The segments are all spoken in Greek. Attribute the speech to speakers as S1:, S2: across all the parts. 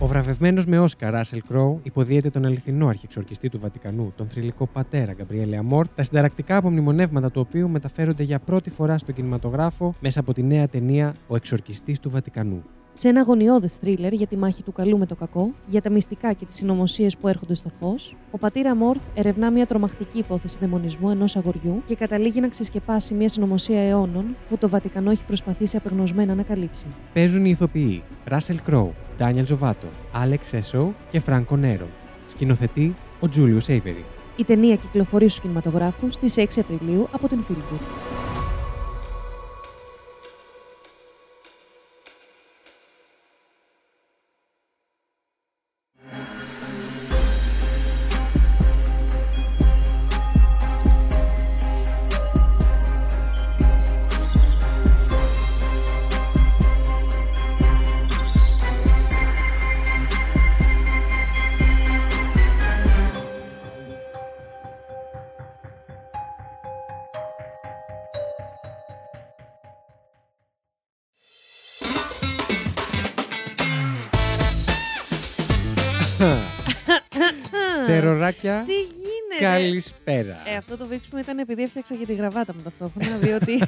S1: Ο βραβευμένος με Όσκα Ράσελ Κρόου υποδίεται τον αληθινό αρχιεξορκιστή του Βατικανού, τον θρηλυκό πατέρα Γκαμπριέλε Αμόρ, τα συνταρακτικά απομνημονεύματα του οποίου μεταφέρονται για πρώτη φορά στον κινηματογράφο μέσα από τη νέα ταινία Ο Εξορκιστής του Βατικανού.
S2: Σε ένα αγωνιώδες θρίλερ για τη μάχη του καλού με το κακό, για τα μυστικά και τις συνωμοσίες που έρχονται στο φως, ο πατήρα Μόρθ ερευνά μια τρομακτική υπόθεση δαιμονισμού ενός αγοριού και καταλήγει να ξεσκεπάσει μια συνωμοσία αιώνων που το Βατικανό έχει προσπαθήσει απεγνωσμένα να καλύψει.
S1: Παίζουν οι ηθοποιοί Ράσελ Κρόου, Ντάνιελ Ζοβάτο, Άλεξ Σέσο και Φρανκο Νέρο. Σκηνοθετεί ο Τζούλιου Σέιβερη.
S2: Η ταινία κυκλοφορεί στους κινηματογράφους στις 6 Απριλίου από την Φίλιππου.
S1: Τεροράκια,
S2: Τι γίνεται!
S1: καλησπέρα.
S2: Ε, αυτό το βήξιμο ήταν επειδή έφτιαξα και την γραβάτα μου ταυτόχρονα, διότι.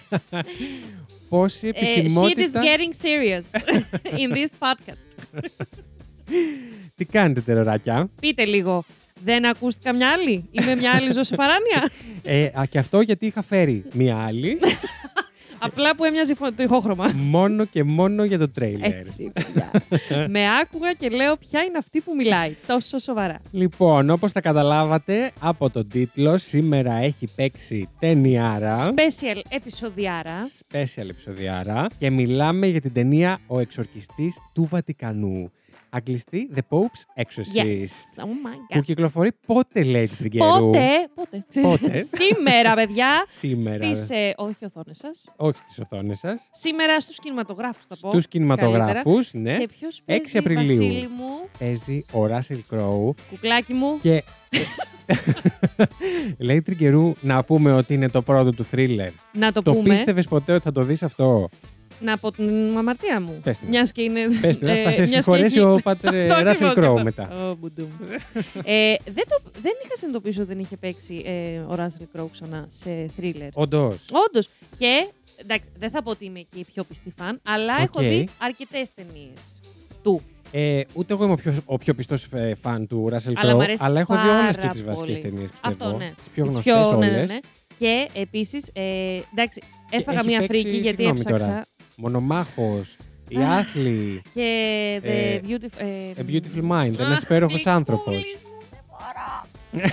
S1: Πόση
S2: ε, shit is
S1: επισημότητα.
S2: getting serious in this podcast.
S1: Τι κάνετε, τεροράκια.
S2: Πείτε λίγο, δεν ακούστηκα μια άλλη ή με μια άλλη ζω σε παράνοια.
S1: Ε, α, και αυτό γιατί είχα φέρει μία άλλη,
S2: Απλά που έμοιαζε η φω- το
S1: Ναι,
S2: ηχόχρωμα.
S1: μόνο και μόνο για το τρέιλερ.
S2: Έτσι, παιδιά. με άκουγα και λέω ποια είναι αυτή που μιλάει τόσο σοβαρά.
S1: Λοιπόν, όπως τα καταλάβατε από τον τίτλο, σήμερα έχει παίξει ταινιάρα.
S2: Special επεισοδιάρα.
S1: special επεισοδιάρα και μιλάμε για την ταινία «Ο εξορκιστής του Βατικανού». Αγγλιστή The Pope's
S2: Yes.
S1: Exorcist.
S2: Oh my
S1: Που
S2: god.
S1: κυκλοφορεί πότε, λέει την Τριγκερού.
S2: Πότε, πότε.
S1: Πότε.
S2: Σήμερα, παιδιά.
S1: Σήμερα.
S2: Στις, ε, όχι οθόνες σας.
S1: Όχι στις οθόνες σας.
S2: Σήμερα στους κινηματογράφους θα πω.
S1: Στους κινηματογράφους, ναι.
S2: Και ποιος παίζει
S1: Απριλίου.
S2: Βασίλη μου,
S1: Παίζει ο Ράσελ Κρόου
S2: κουκλάκι μου.
S1: και... λέει Τριγκερού να πούμε ότι είναι το πρώτο του θρίλερ.
S2: Να το,
S1: Το
S2: πούμε.
S1: πίστευες ποτέ ότι θα το δεις αυτό.
S2: Να πω την αμαρτία μου.
S1: Πες την.
S2: Μιας και είναι.
S1: Πες την,
S2: ε,
S1: θα σε
S2: μιας και
S1: συγχωρέσει
S2: έχει-
S1: ο πατρε
S2: Αυτό ακριβώς,
S1: Ράσελ
S2: γι'
S1: Κρόου
S2: αυτό.
S1: μετά.
S2: Ω, μπουντούμ. ε, δεν, το, δεν είχα συνειδητοποιήσει ότι δεν είχε παίξει ε, ο Ράσελ Κρόου ξανά σε θρίλερ.
S1: Όντως.
S2: Όντως. Και εντάξει, δεν θα πω ότι είμαι εκεί η πιο πιστή φαν, αλλά
S1: Οκ.
S2: έχω δει αρκετές ταινίες του.
S1: Ε, ούτε εγώ είμαι ο πιο, ο πιο πιστός φαν του Ράσελ
S2: Αλλά
S1: Κρόου,
S2: μ' αρέσει
S1: αλλά έχω δει όλε
S2: πάρα
S1: τι βασικέ
S2: πολύ.
S1: ταινίες, πιστεύω.
S2: Αυτό, ναι.
S1: Τις πιο
S2: Τις
S1: γνωστές
S2: πιο-
S1: όλες.
S2: ναι, ναι, ναι. Και επίσης, ε, εντάξει, έφαγα
S1: έχει
S2: μία
S1: παίξει-
S2: φρίκη γιατί
S1: συγγνώμη τώρα.
S2: έψαξα.
S1: Μονομάχος, η
S2: Αχ.
S1: Άθλη,
S2: Και The
S1: Ε,
S2: Beautiful. ε,
S1: A Beautiful Mind, ένα
S2: Αχ,
S1: υπέροχος
S2: γλυκούλης
S1: άνθρωπος.
S2: μου, δεν μπορώ.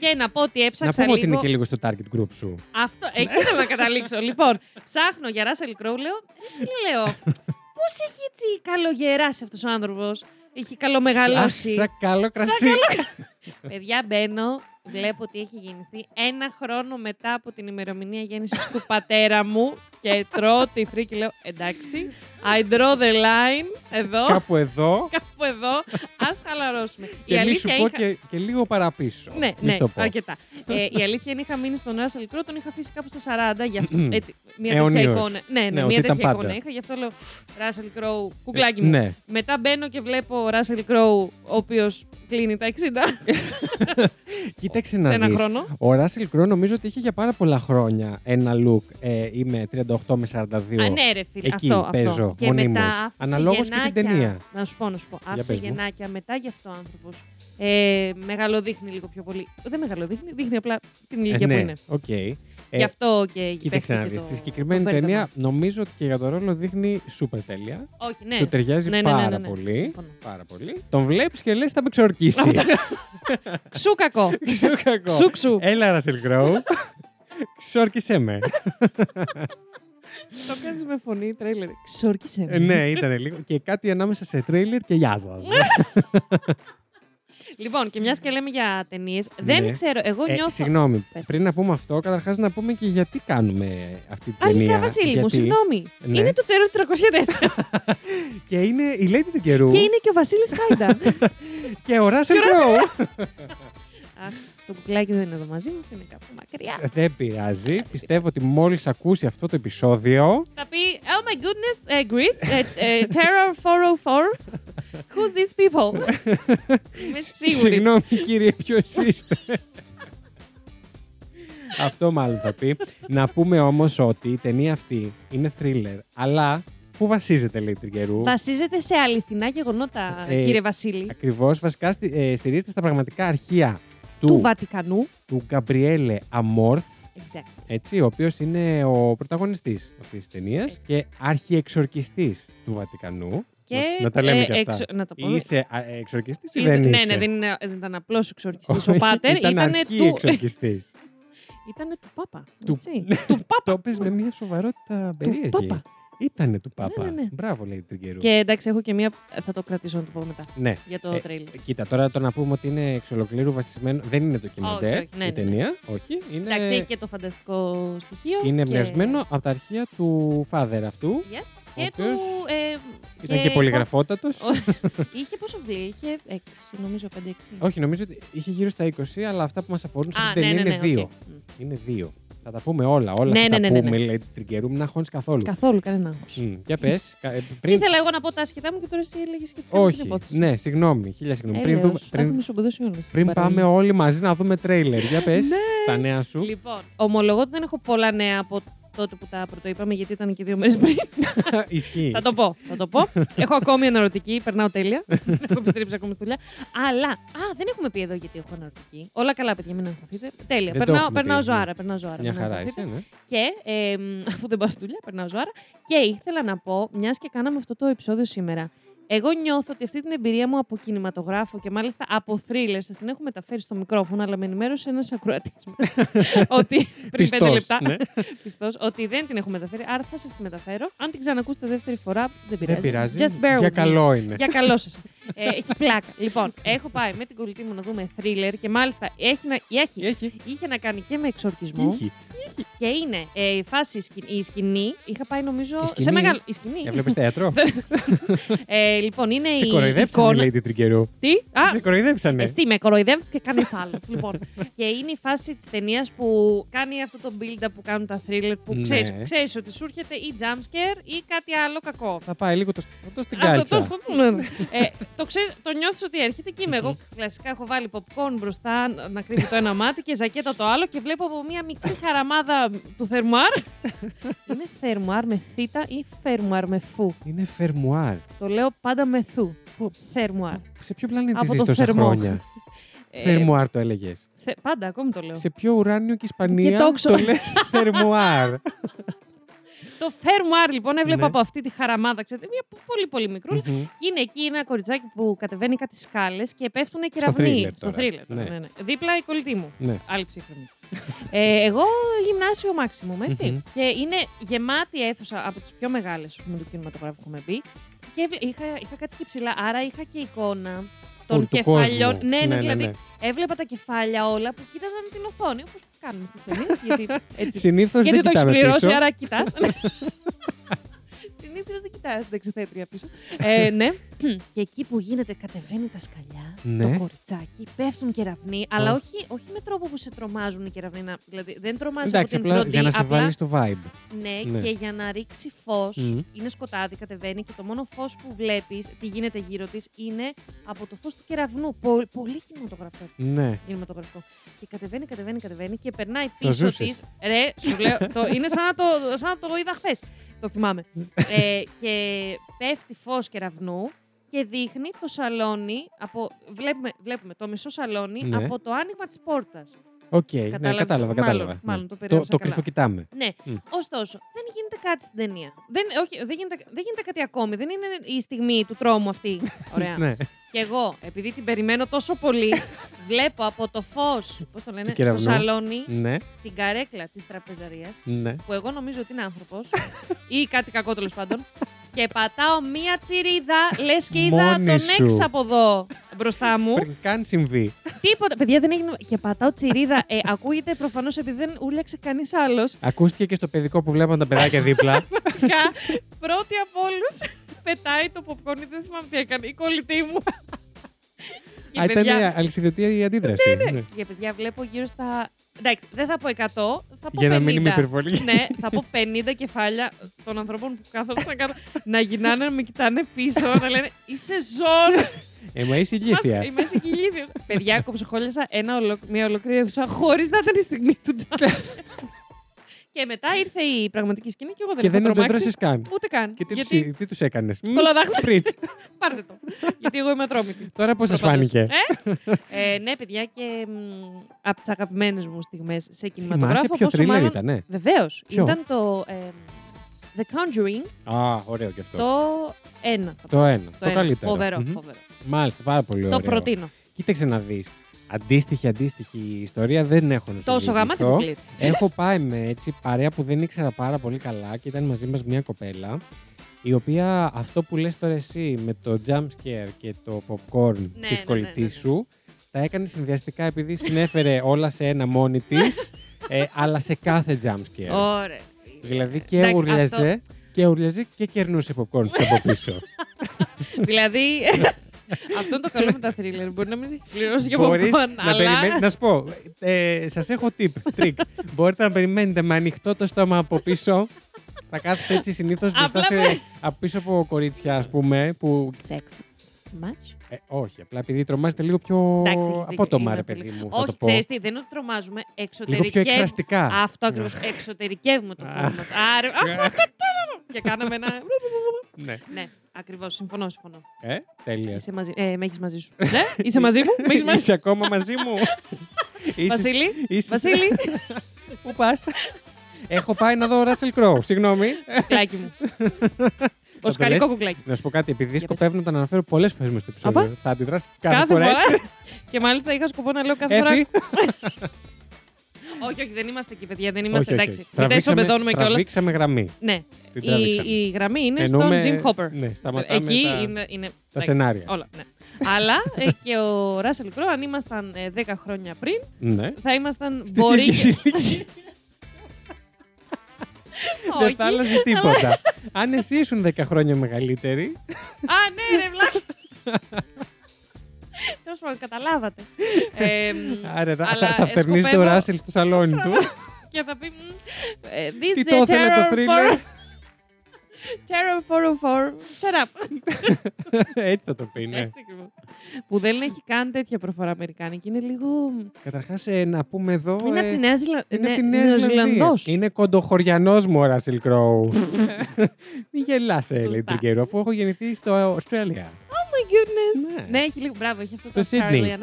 S2: και να πω ότι
S1: Να
S2: έψαξα
S1: πούμε ότι
S2: λίγο.
S1: είναι και λίγο στο target group σου.
S2: Αυτό, εκεί θέλω να καταλήξω. λοιπόν, ψάχνω για Ράσελ Κρόου, λέω. «Ε, λέω Πώς έχει έτσι καλογεράσει αυτός ο άνθρωπος. Έχει καλομεγαλώσει.
S1: Σαν καλό κρασί.
S2: Παιδιά, μπαίνω. Βλέπω ότι έχει γεννηθεί ένα χρόνο μετά από την ημερομηνία γέννησης του πατέρα μου και τρώω τη φρίκη. Λέω εντάξει. I draw the line εδώ.
S1: Κάπου εδώ
S2: κάπου εδώ. Ας χαλαρώσουμε.
S1: και μη σου πω και, και λίγο παραπίσω.
S2: Ναι,
S1: Μη
S2: ναι,
S1: σου το πω.
S2: αρκετά. ε, η αλήθεια είναι είχα μείνει στον Ράσελ Κρό, τον είχα αφήσει κάπου στα 40. Γι αυτό, έτσι, μια τέτοια
S1: Αιωνίως.
S2: εικόνα. Ναι, ναι,
S1: Ναι, ότι
S2: μια
S1: ήταν
S2: τέτοια
S1: πάντα.
S2: εικόνα είχα. Γι' αυτό λέω Ράσελ Κρόου, κουκλάκι
S1: Ε,
S2: μου.
S1: ναι.
S2: Μετά μπαίνω και βλέπω Ράσελ Κρόου, ο οποίος κλείνει τα 60
S1: Κοίταξε
S2: σε
S1: να
S2: ένα
S1: δεις.
S2: χρόνο.
S1: Ο Ράσελ Κρό νομίζω ότι είχε για πάρα πολλά χρόνια ένα look. Ε, είμαι 38 με 42.
S2: Α, ναι, ρε φίλε.
S1: Εκεί
S2: αυτό,
S1: παίζω
S2: αυτό. Και
S1: μονίμως.
S2: μετά άφησε
S1: Αναλόγως και την
S2: γεννάκια.
S1: ταινία.
S2: Να σου πω, να σου πω. Άφησε
S1: πες μου.
S2: γεννάκια μετά γι' αυτό ο άνθρωπος. Ε, μεγαλοδείχνει λίγο πιο πολύ. Δεν μεγαλοδείχνει, δείχνει απλά την ηλικία
S1: ναι,
S2: που είναι.
S1: οκ. Ε,
S2: γι' αυτό και
S1: Κοίταξε να
S2: παίχτηκε
S1: δεις. Τη
S2: το-
S1: συγκεκριμένη
S2: το πέρδαμα.
S1: ταινία νομίζω ότι και για τον ρόλο δείχνει σούπερ τέλεια.
S2: Όχι, ναι.
S1: Του ταιριάζει
S2: Ναι, ναι, ναι,
S1: πάρα,
S2: ναι, ναι.
S1: Πολύ,
S2: Συμφωνώ.
S1: πάρα πολύ. Τον βλέπεις και λες θα με ξορκίσει.
S2: Ξού κακό.
S1: Ξου κακό. Ε,
S2: Ξού ξού.
S1: Έλα, Ρασελ Κρόου. Ξόρκισέ με.
S2: Το κάνεις με φωνή τρέιλερ. Ξόρκισε
S1: Ε, ναι, ήταν λίγο. Και κάτι ανάμεσα σε τρέιλερ και γεια σας.
S2: Ναι. Λοιπόν, και μιας και λέμε για ταινίες, δεν ξέρω, εγώ
S1: Ε,
S2: νιώθω.
S1: συγγνώμη,
S2: Πες.
S1: πριν να πούμε αυτό, καταρχάς να πούμε και γιατί κάνουμε αυτή την ταινία.
S2: Αλήθεια, Βασίλη μου,
S1: Γιατί-
S2: συγγνώμη.
S1: Ναι.
S2: Είναι το Terror 304.
S1: Και είναι η Lady του καιρού
S2: και είναι και ο Βασίλης Χάιντα.
S1: και ο Ράσελ Κρόου.
S2: Αχ, το κουκλάκι δεν είναι εδώ μαζί μας, είναι κάπου μακριά.
S1: Δεν πειράζει. Πιστεύω ότι μόλις ακούσει αυτό το επεισόδιο.
S2: Θα πει Oh my goodness, ε, Greece, ε, ε, Terror 404. Who's these people? Είμαι σίγουρη.
S1: Συγγνώμη κύριε, ποιο είστε. Αυτό μάλλον θα πει. Να πούμε όμως ότι η ταινία αυτή είναι thriller, αλλά πού βασίζεται, λέει Τρικερού.
S2: Βασίζεται σε αληθινά γεγονότα,
S1: Ε,
S2: κύριε Βασίλη,
S1: Ακριβώς, βασικά στη- ε, στηρίζεται στα πραγματικά αρχεία
S2: του
S1: του,
S2: Βατικανού.
S1: του Γκαμπριέλε Αμόρθ,
S2: Exact.
S1: έτσι, ο οποίος είναι ο πρωταγωνιστής αυτής της ταινίας και αρχιεξορκιστής του Βατικανού.
S2: Και,
S1: να, να τα λέμε
S2: ε,
S1: και αυτά.
S2: εξο- να τα πω.
S1: Είσαι α, ε, εξορκιστής ή
S2: Είδε-
S1: δεν
S2: ναι,
S1: είσαι.
S2: ναι, δεν, είναι, δεν ήταν απλός εξορκιστής.
S1: Όχι,
S2: Ο Πάτερ
S1: ήταν
S2: ήταν του.
S1: αρχιεξορκιστής.
S2: Ήτανε του Πάπα.
S1: Του- Ναι,
S2: έτσι. του Πάπα.
S1: Το πες με μια σοβαρότητα περίεργη.
S2: Πάπα.
S1: Ήτανε του Πάπα.
S2: ναι, ναι.
S1: Μπράβο, λέει Τριγκερού.
S2: Και εντάξει, έχω και μία. Θα το κρατήσω να το πω μετά
S1: Ναι.
S2: για το
S1: Ε,
S2: τρέιλερ.
S1: Κοίτα, τώρα το να πούμε ότι είναι εξ ολοκλήρου βασισμένο. Δεν είναι ντοκιμαντέρ
S2: Όχι, όχι, ναι,
S1: η
S2: ναι, ναι.
S1: ταινία. Όχι. Είναι,
S2: Εντάξει, έχει και το φανταστικό στοιχείο.
S1: ναι. είναι
S2: και-
S1: εμπνευσμένο από τα αρχεία του father αυτού.
S2: Yes.
S1: ο
S2: Και του.
S1: οποίος
S2: Ε,
S1: Ήταν και, πολυγραφότατος.
S2: Ο- Είχε πόσο βιβλία, είχε 6, νομίζω 5-6.
S1: όχι, νομίζω ότι είχε γύρω στα 20, αλλά αυτά που μας αφορούν στην
S2: Α, ναι,
S1: ταινία
S2: ναι,
S1: είναι
S2: ναι,
S1: δύο.
S2: οκ. Μ.
S1: Είναι δύο. Θα τα πούμε όλα. Όλα
S2: Ναι,
S1: θα
S2: ναι,
S1: τα
S2: ναι, ναι,
S1: πούμε,
S2: ναι.
S1: λέει Τριγκερού, μην αγχώνει καθόλου.
S2: Καθόλου κανένα άγχος.
S1: Μμ, Για πες. Πριν
S2: Ήθελα εγώ να πω τα ασχετά μου και τώρα εσύ έλεγες σχετικά με την
S1: Όχι.
S2: υπόθεση.
S1: Ναι, συγγνώμη. Χίλια συγγνώμη. Πριν,
S2: Έλεος,
S1: δούμε- πριν,
S2: Έχουμε σομποδώσει όλους.
S1: πριν
S2: Παρόλο.
S1: πάμε όλοι μαζί να δούμε τρέιλερ. Για πες
S2: Ναι.
S1: τα νέα σου.
S2: Λοιπόν, ομολογώ ότι δεν έχω πολλά νέα από τότε που τα πρωτοείπαμε, γιατί ήταν και δύο μέρες πριν.
S1: Ισχύει.
S2: θα το πω. Θα το πω. έχω ακόμη αναρωτική, περνάω τέλεια. Δεν έχω επιστρέψει ακόμη στη δουλειά. Αλλά. Α, δεν έχουμε πει εδώ γιατί έχω αναρωτική. Όλα καλά, παιδιά, μην αγχωθείτε. Τέλεια.
S1: Δεν το
S2: Περνάω,
S1: έχουμε
S2: περνάω
S1: πει, ναι.
S2: ζωάρα. Περνάω ζωάρα.
S1: Μια
S2: μην
S1: χαρά,
S2: αγχωθείτε.
S1: εσύ, ναι.
S2: Και ε, μ, αφού δεν πάω στη δουλειά, περνάω ζωάρα. Και ήθελα να πω, μιας και κάναμε αυτό το επεισόδιο σήμερα. Εγώ νιώθω ότι αυτή την εμπειρία μου από κινηματογράφο και μάλιστα από θρίλερ, σας την έχω μεταφέρει στο μικρόφωνο, αλλά με ενημέρωσε ένας ακροατής ότι πριν πέντε
S1: Πιστός,
S2: λεπτά.
S1: ναι.
S2: πιστός, ότι δεν την έχω μεταφέρει, άρα θα σας τη μεταφέρω. Αν την ξανακούσετε δεύτερη φορά, δεν πειράζει.
S1: Δεν πειράζει.
S2: Just bear
S1: Για
S2: with me.
S1: καλό είναι.
S2: Για καλό σας. έχει πλάκα. λοιπόν, έχω πάει με την κολλητή μου να δούμε θρίλερ και μάλιστα έχει να, έχει,
S1: Έχει.
S2: είχε να κάνει και με εξορκισμό.
S1: Είχε.
S2: Και είναι ε, η φάση, η σκη- η σκηνή. Είχα πάει νομίζω.
S1: Η σκηνή.
S2: Σε μεγάλο. Η σκηνή.
S1: Για βλέπεις θέατρο.
S2: ε, λοιπόν, είναι η.
S1: Σε κοροϊδέψανε, λέει την Τριγκερού.
S2: Τι? Α,
S1: Σε ναι. κοροϊδέψανε.
S2: εσύ με κοροϊδεύτηκε και κάνεις άλλο. λοιπόν. Και είναι η φάση της ταινίας που κάνει αυτό το build-up που κάνουν τα thriller που
S1: Ναι.
S2: ξέρεις ξέρεις ότι σου έρχεται ή jump scare ή κάτι άλλο κακό.
S1: Θα πάει λίγο το σκοτώ στην
S2: Αυτό το,
S1: κάλτσα.
S2: αυτό το, ναι, ναι. ε, το, ξέρεις, το νιώθεις ότι έρχεται και είμαι εγώ. Κλασικά έχω βάλει popcorn μπροστά να- να κρύβει το ένα μάτι και ζακέτα το άλλο και βλέπω από μια μικρή χαραμάδα του θερμουάρ. Είναι θερμουάρ με θήτα ή θερμουάρ με φου.
S1: Είναι φερμουάρ.
S2: Το λέω πάντα με θου. Θερμουάρ.
S1: Σε ποιο πλανήτη
S2: Από
S1: ζεις
S2: το
S1: τόσα
S2: θερμό.
S1: χρόνια.
S2: Ε,
S1: Φερμουάρ το έλεγες.
S2: θε- πάντα, ακόμη το λέω.
S1: Σε ποιο ουράνιο και Ισπανία
S2: τόξο.
S1: το λες θερμουάρ.
S2: Το θερμουάρ λοιπόν έβλεπα
S1: Ναι.
S2: από αυτή τη χαραμάδα, ξέρετε, μια πο- πολύ πολύ μικρούλα.
S1: Μμμ.
S2: Και είναι εκεί ένα κοριτσάκι που κατεβαίνει κάτι σκάλες και πέφτουν
S1: thriller
S2: κεραυνοί.
S1: τώρα.
S2: thriller,
S1: Ναι.
S2: ναι, ναι. Δίπλα η κολλητή μου.
S1: Ναι.
S2: Άλλη ψύχρονη. ε, εγώ γυμνάσιο μάξιμουμ, έτσι.
S1: Μμμ.
S2: Και είναι γεμάτη αίθουσα από τις πιο μεγάλες του κινηματογράφου που έχουμε μπει. Και έβλε- είχα, είχα κάτσει και ψηλά, άρα είχα και εικόνα των
S1: Του
S2: κεφαλιών.
S1: κόσμου.
S2: Ναι, ναι, δηλαδή έβλεπα τα κεφάλια όλα που κοίταζαν την οθόνη, όπως κάνουμε στι ταινίε. γιατί έτσι
S1: Συνήθως
S2: γιατί
S1: δεν
S2: το έχεις
S1: κοιτάμε
S2: πληρώσει,
S1: πίσω.
S2: άρα κοιτάς. Συνήθως δεν κοιτάς την εξωθέτρια πίσω. ε, ναι. και εκεί που γίνεται, κατεβαίνει τα σκαλιά,
S1: Ναι.
S2: το κοριτσάκι, πέφτουν κεραυνοί, αλλά
S1: Ω.
S2: όχι, όχι με τρόπο που σε τρομάζουν οι κεραυνοί. να- δηλαδή δεν τρομάζει
S1: Εντάξει,
S2: από την
S1: απλά
S2: πλωτή,
S1: για να σε βάλεις το vibe.
S2: ναι,
S1: Ναι.
S2: και για να ρίξει φως.
S1: Μμ.
S2: Είναι σκοτάδι, κατεβαίνει και το μόνο φως που βλέπεις, τι γίνεται γύρω της, είναι από το φως του κεραυνού. Πο- πολύ κινηματογραφικό
S1: Ναι.
S2: κινηματογραφικό. Και κατεβαίνει, κατεβαίνει, κατεβαίνει και περνάει
S1: Το
S2: πίσω
S1: ζούσες.
S2: της. Ρε, σου λέω. το, είναι σαν να το, σαν να το είδα χθες. Το θυμάμαι. ε, και πέφτει φως κεραυνού και δείχνει το σαλόνι. Από, βλέπουμε, βλέπουμε το μισό σαλόνι
S1: Ναι.
S2: από το άνοιγμα της πόρτας.
S1: Οκ, ναι, κατάλαβα, κατάλαβα.
S2: Μάλλον,
S1: Ναι.
S2: μάλλον το
S1: το,
S2: περιέγραψα.
S1: το
S2: καλά.
S1: κρυφοκοιτάμε.
S2: Ναι.
S1: Μμ.
S2: Ωστόσο, δεν γίνεται κάτι στην ταινία. Δεν, όχι, δεν, γίνεται, δεν γίνεται κάτι ακόμη. Δεν είναι η στιγμή του τρόμου αυτή. Ωραία.
S1: Ναι.
S2: Και εγώ, επειδή την περιμένω τόσο πολύ, βλέπω από το φως, πώς το λένε, στο
S1: κεραυνού.
S2: σαλόνι,
S1: ναι,
S2: την καρέκλα της τραπεζαρίας,
S1: ναι.
S2: που εγώ νομίζω ότι είναι άνθρωπος, ή κάτι κακό τέλος πάντων, και πατάω μία τσιρίδα, λες και είδα
S1: Μόνη
S2: τον
S1: σου.
S2: έξ από εδώ μπροστά μου.
S1: Πριν καν συμβεί.
S2: Τίποτα. Παιδιά δεν έγινε. Και πατάω τσιρίδα. Ε, ακούγεται προφανώς επειδή δεν ούλιαξε κανείς άλλος.
S1: Ακούστηκε και στο παιδικό που βλέπαν τα παιδάκια δίπλα.
S2: Πραγματικά, πρώτη από όλους πετάει το popcorn. Δεν θυμάμαι τι έκανε. Η κολλητή μου.
S3: Και
S1: Α, ήταν
S3: παιδιά,
S1: μια αλυσιδωτή η αντίδραση. Ναι.
S2: Για παιδιά βλέπω γύρω στα. Εντάξει, δεν θα πω 100, θα πω
S1: Για
S2: 50.
S1: να μην είμαι υπερβολική.
S2: ναι, θα πω 50 κεφάλια των ανθρώπων που κάθονταν κάτω να γυρνάνε, να με κοιτάνε πίσω, να λένε Είσαι ζώο!
S1: Ε, μα είσαι
S2: Μας-
S1: ηλίθια.
S2: Είμαι σε κυλίδιο. Παιδιά, κοψοχόλιασα ένα ολοκ- μια ολόκληρη αίθουσα χωρίς να ήταν η στιγμή του Τζάσπερ. και μετά ήρθε η πραγματική σκηνή και εγώ δεν
S1: Και
S2: έχω
S1: δεν
S2: τρομάξει.
S1: αντέδρασε καν.
S2: Ούτε καν.
S1: Και τι, τους-
S2: Γιατί.
S1: τι τους έκανες.
S2: Κολοδάχτυλα.
S1: Πριτ.
S2: Πάρτε το. Γιατί εγώ είμαι ατρόμητη.
S1: Τώρα πώς σας
S2: Προπαντός.
S1: φάνηκε.
S2: Ε? Ε, ναι, παιδιά, και από τις αγαπημένες μου στιγμές σε
S1: Θυμάσαι
S2: κινηματογράφο.
S1: ποιο
S2: πόσο
S1: θρίλερ
S2: μάλλον-
S1: ήταν. ε?
S2: Βεβαίως.
S1: Ποιο?
S2: Ήταν το ε, The Conjuring,
S1: Α, ωραίο και αυτό.
S2: το ένα. θα πω.
S1: Το ένα. Το,
S2: ένα.
S1: καλύτερο.
S2: Φοβερό,
S1: Μμμ.
S2: φοβερό.
S1: Μάλιστα, πάρα πολύ ωραίο.
S2: Το προτείνω.
S1: Κοίταξε να δεις. Αντίστοιχη, αντίστοιχη ιστορία δεν έχω να σου
S2: Τόσο γαμάτι
S1: διηγηθώ.
S2: που κλείνει.
S1: Έχω πάει με έτσι παρέα που δεν ήξερα πάρα πολύ καλά και ήταν μαζί μας μια κοπέλα η οποία αυτό που λες τώρα εσύ με το jump scare και το popcorn
S2: ναι,
S1: της
S2: ναι,
S1: κολλητής
S2: ναι, ναι.
S1: σου τα έκανε συνδυαστικά επειδή συνέφερε όλα σε ένα μόνη της ε, αλλά σε κάθε jump scare.
S2: Ωραία.
S1: Δηλαδή και
S2: Εντάξει,
S1: ουρλιαζέ και ουρλιαζέ και κερνούσε popcorn στο από πίσω.
S2: Δηλαδή. αυτό είναι το καλό με τα θρίλερ. Μπορεί να μην σε έχει πληρώσει για
S1: Μπορείς
S2: popcorn,
S1: να περιμένεις,
S2: αλλά.
S1: να σου πω, ε, σας έχω tip, trick. Μπορείτε να περιμένετε με ανοιχτό το στόμα από πίσω. Θα κάθεστε έτσι συνήθως μπροστά σε,
S2: Απλά με-
S1: από πίσω από κορίτσια, ας πούμε, που...
S2: Sexist. Much.
S1: Ε, όχι, απλά επειδή τρομάζετε λίγο πιο
S2: Εντάξει, έχεις δίκιο,
S1: απότομα, ρε
S2: είμαστε
S1: παιδί
S2: λίγο-
S1: μου, θα το
S2: Όχι,
S1: πω.
S2: ξέρεις τι, δεν είναι ότι τρομάζουμε.
S1: Λίγο πιο
S2: Εξωτερικεύουμε.
S1: εκφραστικά.
S2: Αυτό ακριβώς. Εξωτερικεύουμε το φόβο
S1: Αχ.
S2: μα. Άρε. αχ, αχ, αχ, Και κάναμε ένα.
S1: Ναι.
S2: Ναι, ακριβώς. Συμφωνώ, συμφωνώ.
S1: Ε, τέλεια.
S2: Είσαι μαζί... ε, με έχεις μαζί σου. ναι, είσαι μαζί μου. Με έχεις μαζί
S1: Είσαι ακόμα μαζί μου. Είσαι-
S2: Βασίλη,
S1: είσαι-
S2: Βασίλη,
S1: Πού πας. Έχω πάει να δω Russell Crowe, συγγνώμη.
S2: κουκλάκι μου. Ο
S1: λες.
S2: σκαλικό κουκλάκι.
S1: Να σου πω κάτι, επειδή
S2: πες.
S1: σκοπεύω να τα αναφέρω πολλές φορές με στο επεισόδιο.
S2: Απα.
S1: Θα αντιδράσει κάθε,
S2: Κάθε
S1: φορά.
S2: φορά.
S1: έτσι.
S2: Και μάλιστα είχα σκοπό να λέω κάθε φορά.
S1: Έφη,
S2: Όχι, όχι, δεν είμαστε εκεί, παιδιά. Δεν
S1: Όχι,
S2: είμαστε
S1: όχι,
S2: εντάξει.
S1: όχι.
S2: Μην τα
S1: Τραβήξαμε-
S2: ισοπεδώνουμε κιόλας.
S1: Τραβήξαμε γραμμή.
S2: Ναι,
S1: Την
S2: η,
S1: τραβήξαμε.
S2: η γραμμή είναι
S1: Εννοούμε-
S2: στον Jim Hopper.
S1: Ναι, σταματάμε
S2: εκεί
S1: τα,
S2: είναι. είναι
S1: τα
S2: εντάξει,
S1: σενάρια.
S2: Όλα, ναι. Αλλά ε, και ο Ράσελ Κρό, αν ήμασταν ε, 10 χρόνια πριν,
S1: Ναι.
S2: θα ήμασταν
S1: Στις
S2: μπορεί.
S1: ίδιες ηλικίες. Δεν
S2: Όχι.
S1: θα άλλαζε τίποτα. Αν εσύ ήσουν 10 χρόνια μεγαλύτερη,
S2: Α, ναι, ρε, βλάχη. Τέλος πάντων, καταλάβατε. Ε, μ,
S1: άρα θα-
S2: αλλά,
S1: θα
S2: ε,
S1: φτερνίζει το
S2: σκοπεύω-
S1: Ράσελ στο σαλόνι του.
S2: Και θα πει. μ, ε, This
S1: Τι
S2: is
S1: το ήθελε το thriller.
S2: Terror 404. Shut up.
S1: Έτσι θα το πει, ναι.
S2: Έτσι ακριβώς. Που δεν έχει καν τέτοια προφορά Αμερικάνικη. Είναι λίγο.
S1: Καταρχάς, να πούμε εδώ.
S2: Είναι
S1: ε,
S2: από τη Νέα Ζηλα- ναι,
S1: είναι απ'
S2: Νε-
S1: τη Νέα Ζηλανδία.
S2: Νεοζηλανδός.
S1: Είναι κοντοχωριανός μου ο Ράσελ Κρόου. Μην γελάς, ε, λέει
S2: Σωστά.
S1: την καιρό, αφού έχω γεννηθεί στο Australia.
S2: Oh my goodness.
S1: Ναι.
S2: Ναι, έχει λίγο. Μπράβο, έχει αυτό
S1: Στο
S2: το
S1: Sydney.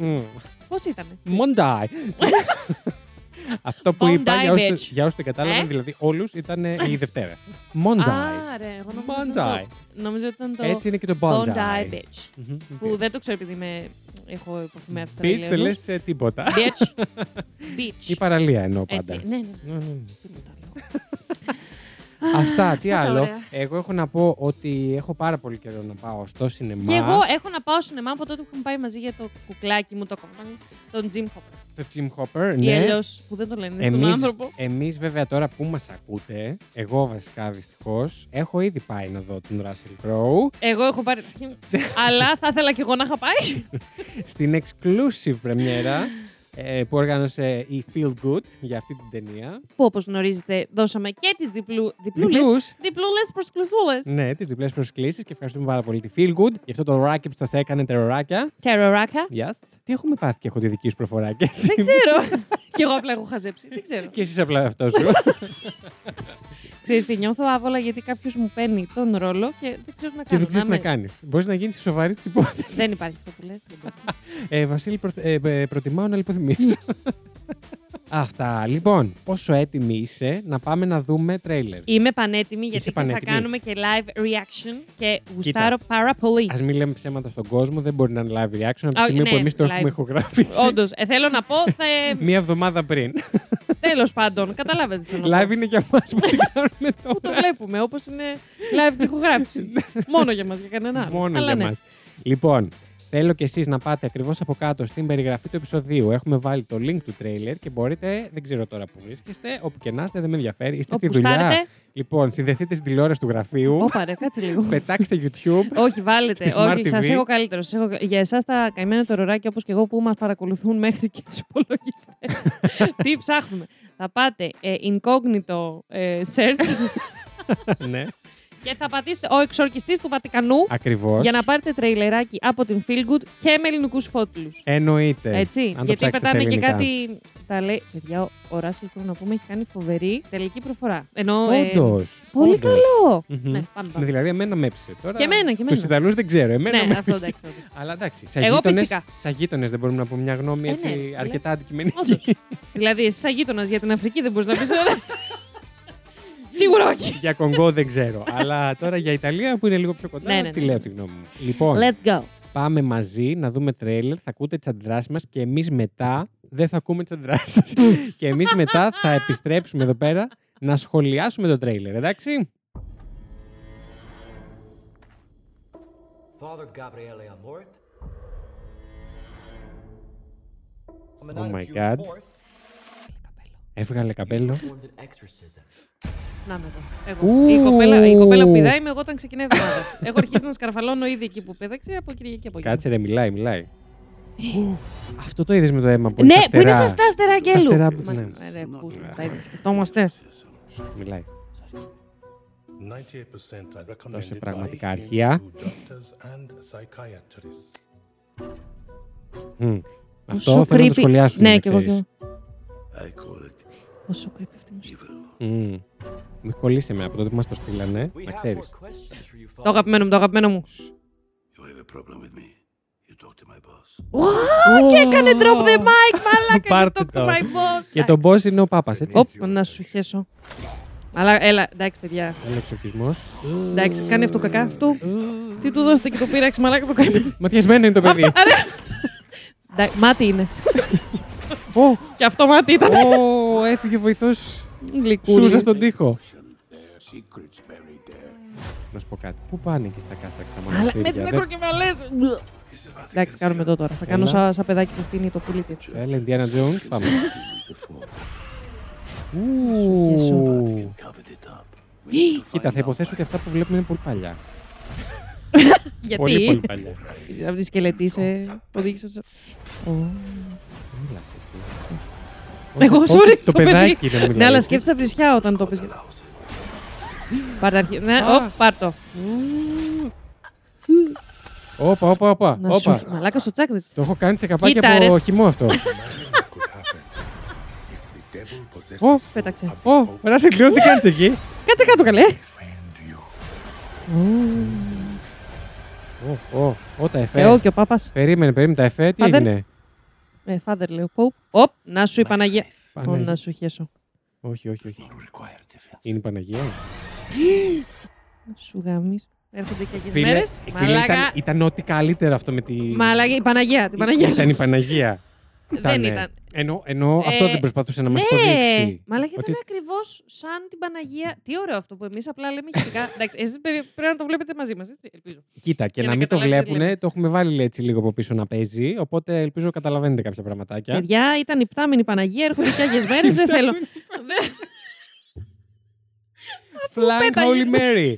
S1: Μμ.
S2: Πώ ήταν.
S1: Μοντάι. Αυτό που είπα
S2: Bondi,
S1: για όσους,
S2: bitch.
S1: για όσους δεν κατάλαβαν,
S2: Ε?
S1: δηλαδή όλους, ήταν ε, η Δευτέρα. Μοντάι.
S2: Άρα, εγώ νομίζω ότι ήταν
S1: Μοντάι.
S2: το- νόμιζα ότι ήταν το.
S1: Έτσι είναι και το
S2: Bondi
S1: Bondi.
S2: Bitch.
S1: Μμμ,
S2: Που δεν το ξέρω επειδή με... έχω υποφημεύσει τα
S1: Beach δεν λες ε, τίποτα.
S2: Bitch. Bitch.
S1: Η παραλία εννοώ πάντα.
S2: Έτσι. Ναι, ναι.
S1: Ναι, ναι, ναι.
S2: Τίποτα άλλο.
S1: Αυτά, τι
S2: τα
S1: άλλο.
S2: ωραία.
S1: Εγώ έχω να πω ότι έχω πάρα πολύ καιρό να πάω στο σινεμά.
S2: Και εγώ έχω να πάω σινεμά από τότε που είχαμε πάει μαζί για το κουκλάκι μου, το κομμάτι, τον Jim Hopper.
S1: Το Jim Hopper,
S2: Ή
S1: ναι.
S2: αλλιώ που δεν το λένε στον
S1: Εμείς,
S2: άνθρωπο.
S1: εμείς βέβαια τώρα που μας ακούτε, εγώ βασικά δυστυχώς, έχω ήδη πάει να δω τον Russell Crowe
S2: Εγώ έχω πάρει. αλλά θα ήθελα κι εγώ να είχα πάει.
S1: στην exclusive πρεμιέρα ε, που οργάνωσε η Feel Good για αυτή την ταινία.
S2: που όπως γνωρίζετε δώσαμε και τις διπλού, διπλούλες.
S1: Διπλούς.
S2: Διπλούλες προ κλεισούλε.
S1: Ναι, τις διπλές προσκλήσεις και ευχαριστούμε πάρα πολύ τη Feel Good για αυτό το ράκι που σα έκανε τεροράκια.
S2: Τεροράκα.
S1: Yes. Τι έχουμε πάθει και έχω τη δική σου προφορά και εσύ.
S2: Δεν ξέρω. Κι εγώ απλά έχω χαζέψει. Δεν ξέρω.
S1: Και εσύ απλά αυτό σου.
S2: Ξέρεις τι, νιώθω άβολα γιατί κάποιος μου παίρνει τον ρόλο και δεν ξέρω να
S1: και
S2: κάνω.
S1: δεν ξέρει τι
S2: με-
S1: να κάνεις. Μπορείς να γίνεις σοβαρή της υπόθεσης.
S2: Δεν υπάρχει αυτό που λες. δεν μπορεί.
S1: Ε, Βασίλη, προθε- ε, ε, προτιμάω να λιποθυμίσω. Αυτά. Λοιπόν, πόσο έτοιμη είσαι να πάμε να δούμε τρέιλερ.
S2: Είμαι πανέτοιμη
S1: Είσαι
S2: γιατί θα
S1: πανέτοιμη.
S2: κάνουμε και live reaction και γουστάρω πάρα πολύ.
S1: Ας μην λέμε ψέματα στον κόσμο, δεν μπορεί να είναι live reaction από τη
S2: Α,
S1: στιγμή που
S2: ναι,
S1: εμείς το
S2: live.
S1: έχουμε ηχογραφήσει.
S2: Όντως, ε, θέλω να πω.
S1: Μία εβδομάδα πριν.
S2: Τέλος πάντων, καταλάβατε τι θέλω να πω.
S1: Live είναι για μας που την κάνουμε
S2: Που το
S1: τώρα.
S2: βλέπουμε, όπως είναι live και ηχογράφηση. Μόνο για μας, για κανένα άλλο.
S1: Μόνο
S2: Αλλά
S1: για
S2: ναι.
S1: μας. Λοιπόν, Θέλω και εσείς να πάτε ακριβώς από κάτω στην περιγραφή του επεισοδίου. Έχουμε βάλει το link του trailer και μπορείτε, δεν ξέρω τώρα που βρίσκεστε, όπου και να είστε, δεν με ενδιαφέρει. Είστε στη
S2: Όπου
S1: δουλειά.
S2: στάρετε.
S1: Λοιπόν, συνδεθείτε στην τηλεόραση του γραφείου,
S2: Όπα ρε, κάτσε λίγο.
S1: πετάξτε YouTube.
S2: Όχι, βάλετε.
S1: Στη Smart
S2: Όχι, σας
S1: TV.
S2: έχω καλύτερο. Σας έχω... Για εσάς τα καημένα τωροράκια όπως και εγώ που μας παρακολουθούν μέχρι και τους υπολογιστές. Τι ψάχνουμε. Θα πάτε ε, incognito ε, search
S1: ναι,
S2: και θα πατήσετε ο εξορκιστής του Βατικανού
S1: ακριβώς.
S2: για να πάρετε τρέιλεράκι από την Feelgood και με ελληνικούς υπότιτλου.
S1: Εννοείται.
S2: Έτσι,
S1: Ε, αν το
S2: γιατί
S1: ψάξετε στα
S2: πετάνε και
S1: ελληνικά.
S2: κάτι. Τα λέει. Παιδιά, ο- ο Ράσελ Κρόου να πούμε έχει κάνει φοβερή τελική προφορά. Ενώ. ε,
S1: Όντως.
S2: πολύ καλό!
S1: Μμμ.
S2: Ναι, πάμε, πάμε.
S1: Δηλαδή, εμένα με έψε τώρα.
S2: Και εμένα, και
S1: Τους
S2: εμένα.
S1: Ιταλούς δεν ξέρω. Εμένα
S2: Ναι,
S1: με
S2: αυτό
S1: έψε.
S2: εντάξει. όντως.
S1: Αλλά εντάξει, σαν
S2: Εγώ
S1: γείτονες-
S2: πιστικά.
S1: σαν γείτονες δεν μπορούμε να πούμε μια γνώμη
S2: Ε,
S1: έτσι,
S2: ναι, ρε φίλε.
S1: αρκετά αντικειμενική.
S2: Όντως. δηλαδή, εσύ σαν γείτονας για την Αφρική δεν μπορείς να πεις. Σίγουρα όχι.
S1: για Κονγκό δεν ξέρω. αλλά τώρα για Ιταλία που είναι λίγο πιο κοντά,
S2: Ναι, ναι, ναι.
S1: τη λέω τη γνώμη μου. Λοιπόν,
S2: Let's go.
S1: πάμε μαζί να δούμε τρέιλερ, θα ακούτε τις αντιδράσεις μας και εμείς μετά δεν θα ακούμε τις αντιδράσεις σας. και εμείς μετά θα επιστρέψουμε εδώ πέρα να σχολιάσουμε το τρέιλερ, εντάξει.
S4: Father Gabriele Amorth. On the
S1: Oh
S4: night
S1: my
S4: of June
S1: God.
S4: 4th,
S1: Έβγαλε καπέλο.
S4: performed an exorcism.
S2: Να με εδώ.
S1: Ου.
S2: Εγώ. Η, κοπέλα, η κοπέλα που πηδάει είμαι εγώ όταν ξεκινάει η εβδομάδα. Έχω αρχίσει να σκαρφαλώνω ήδη εκεί που πέδαξε από Κυριακή από εκεί.
S1: Κάτσε ρε, μιλάει, μιλάει. Ου, Αυτό το είδες με το αίμα που
S2: Ε. Ναι,
S1: είναι στα
S2: που είναι
S1: φτερά.
S2: σαν στα φτερά
S1: Στα
S2: αγγέλου.
S1: φτερά,
S2: Μα-
S1: ναι.
S2: Ρε, πού τα είδες, σκεφτόμαστε.
S1: Μιλάει.
S5: 98% are
S1: Δώσε
S5: recommended
S1: πραγματικά
S5: by
S1: αρχεία.
S5: Hindu doctors and psychiatrists.
S1: Μμ. Αυτό
S2: Πόσο
S1: θέλω να το
S2: creepy.
S1: σχολιάσουμε.
S2: Ναι,
S1: να
S2: και εγώ. και
S1: ξέρεις.
S2: εγώ. Πόσο creepy αυτή η μουσική.
S1: Μμμ. Μη κολλήσει με από τότε που μας το στείλανε,
S4: We
S1: να
S4: have more
S1: ξέρεις.
S4: questions for you,
S2: Το
S4: Father.
S2: αγαπημένο μου, το αγαπημένο μου.
S5: You have a problem with me. You talk to my boss.
S2: Wow, και έκανε drop the mic, μαλάκα, και
S1: Πάρτε
S2: το
S1: το.
S2: to my boss.
S1: Και τον boss είναι ο Πάπας, έτσι.
S2: Οπ, να σου χέσω. Αλλά έλα, εντάξει παιδιά,
S1: Είναι εξοπλισμός.
S2: εντάξει, κάνει αυτό κακά αυτού. Τι του δώσετε και το πήραξε, μαλάκα το κάνει.
S1: Ματιασμένο είναι το παιδί.
S2: Εντάξει, Μάτι είναι.
S1: Ω,
S2: Και αυτό μάτι ήταν.
S1: ω, έφυγε βοηθό Σούζα
S2: Γλυκούλης.
S1: στον τοίχο.
S5: There are secrets buried there.
S1: Να σου πω κάτι. Πού πάνε εκεί στα κάστα και τα
S2: Αλλά με
S1: μοναστήρια.
S2: τις
S1: δεν-
S2: νεκροκεφαλές. Εντάξει, κάνουμε το τώρα. Θα κάνω
S1: Έλα.
S2: σαν σαν παιδάκι που φτύνει το πουλί
S1: Σε Έλα, Indiana Jones, πάμε. Ου,
S2: χέσω.
S5: Covered it up.
S1: Κοίτα, θα υποθέσω ότι αυτά που βλέπουμε είναι πολύ παλιά. Πολύ, πολύ
S2: Γιατί
S1: παλιά.
S2: αυτή τη σκελετή σε οδήγησες σε... Ω.
S1: Μην μιλάς έτσι.
S2: Εγώ,
S1: Όχι,
S2: sorry,
S1: το
S2: στο
S1: παιδάκι
S2: παιδί.
S1: δεν μιλάει
S2: Ναι, αλλά
S1: έτσι.
S2: σκέφτεσαι βρισιά όταν το πεις. Πάρ' τα αρχή. Ναι,
S1: Α.
S2: οπ, πάρ' το.
S1: Όπα, όπα, όπα.
S2: Να σου...
S1: όπα.
S2: Μαλάκα στο τσάκ, δεν
S1: Το έχω κάνει σε καπάκι
S2: Κοίτα,
S1: από
S2: ρε.
S1: χυμό αυτό.
S5: What could happen if the devil possesses
S1: Ω,
S2: πέταξε.
S1: Ω, Ράσελ Κρόου, τι κάνεις εκεί.
S2: Κάτσε κάτω καλέ.
S5: and you?
S1: Ω, ω, ω, τα εφέ.
S2: Εγώ και Ε, ο πάπας.
S1: Περίμενε, περίμενε τα εφέ, τι
S2: Father.
S1: έγινε.
S2: Ε, father λέω. Πού. Οπ, να σου η Παναγία. Ω,
S1: Παναγία.
S2: να σου χέσω.
S1: Όχι, όχι, όχι.
S5: You require defense.
S1: Είναι η Παναγία.
S2: Να Σου γαμίσω. Έρχονται και εκεί
S1: Φίλε,
S2: μέρες.
S1: φίλε ήταν,
S2: Μαλάκα.
S1: ήταν ό,τι καλύτερο αυτό με τη.
S2: Μαλάκα, η Παναγία. Την Παναγία σου.
S1: Ήταν η Παναγία.
S2: Δεν ήταν.
S1: Ενώ, ενώ
S2: Ε,
S1: αυτό δεν προσπαθούσε να μας το
S2: Ναι,
S1: δείξει.
S2: μαλάκα
S1: Ότι-
S2: ήταν ακριβώς σαν την Παναγία. Τι ωραίο αυτό που εμείς απλά λέμε χειρικά. Εντάξει, εσείς πρέπει να το βλέπετε μαζί μας. Ελπίζω.
S1: Κοίτα, και
S2: για
S1: να,
S2: να
S1: μην το
S2: καταλάβετε τι
S1: βλέπουν,
S2: λέμε.
S1: το έχουμε βάλει έτσι λίγο από πίσω να παίζει. Οπότε ελπίζω καταλαβαίνετε κάποια πραγματάκια.
S2: Παιδιά, ήταν η πτάμενη Παναγία, έρχονται και άγιε μέρες. δεν θέλω.
S1: Flying
S2: πέταγε.
S1: Holy Mary.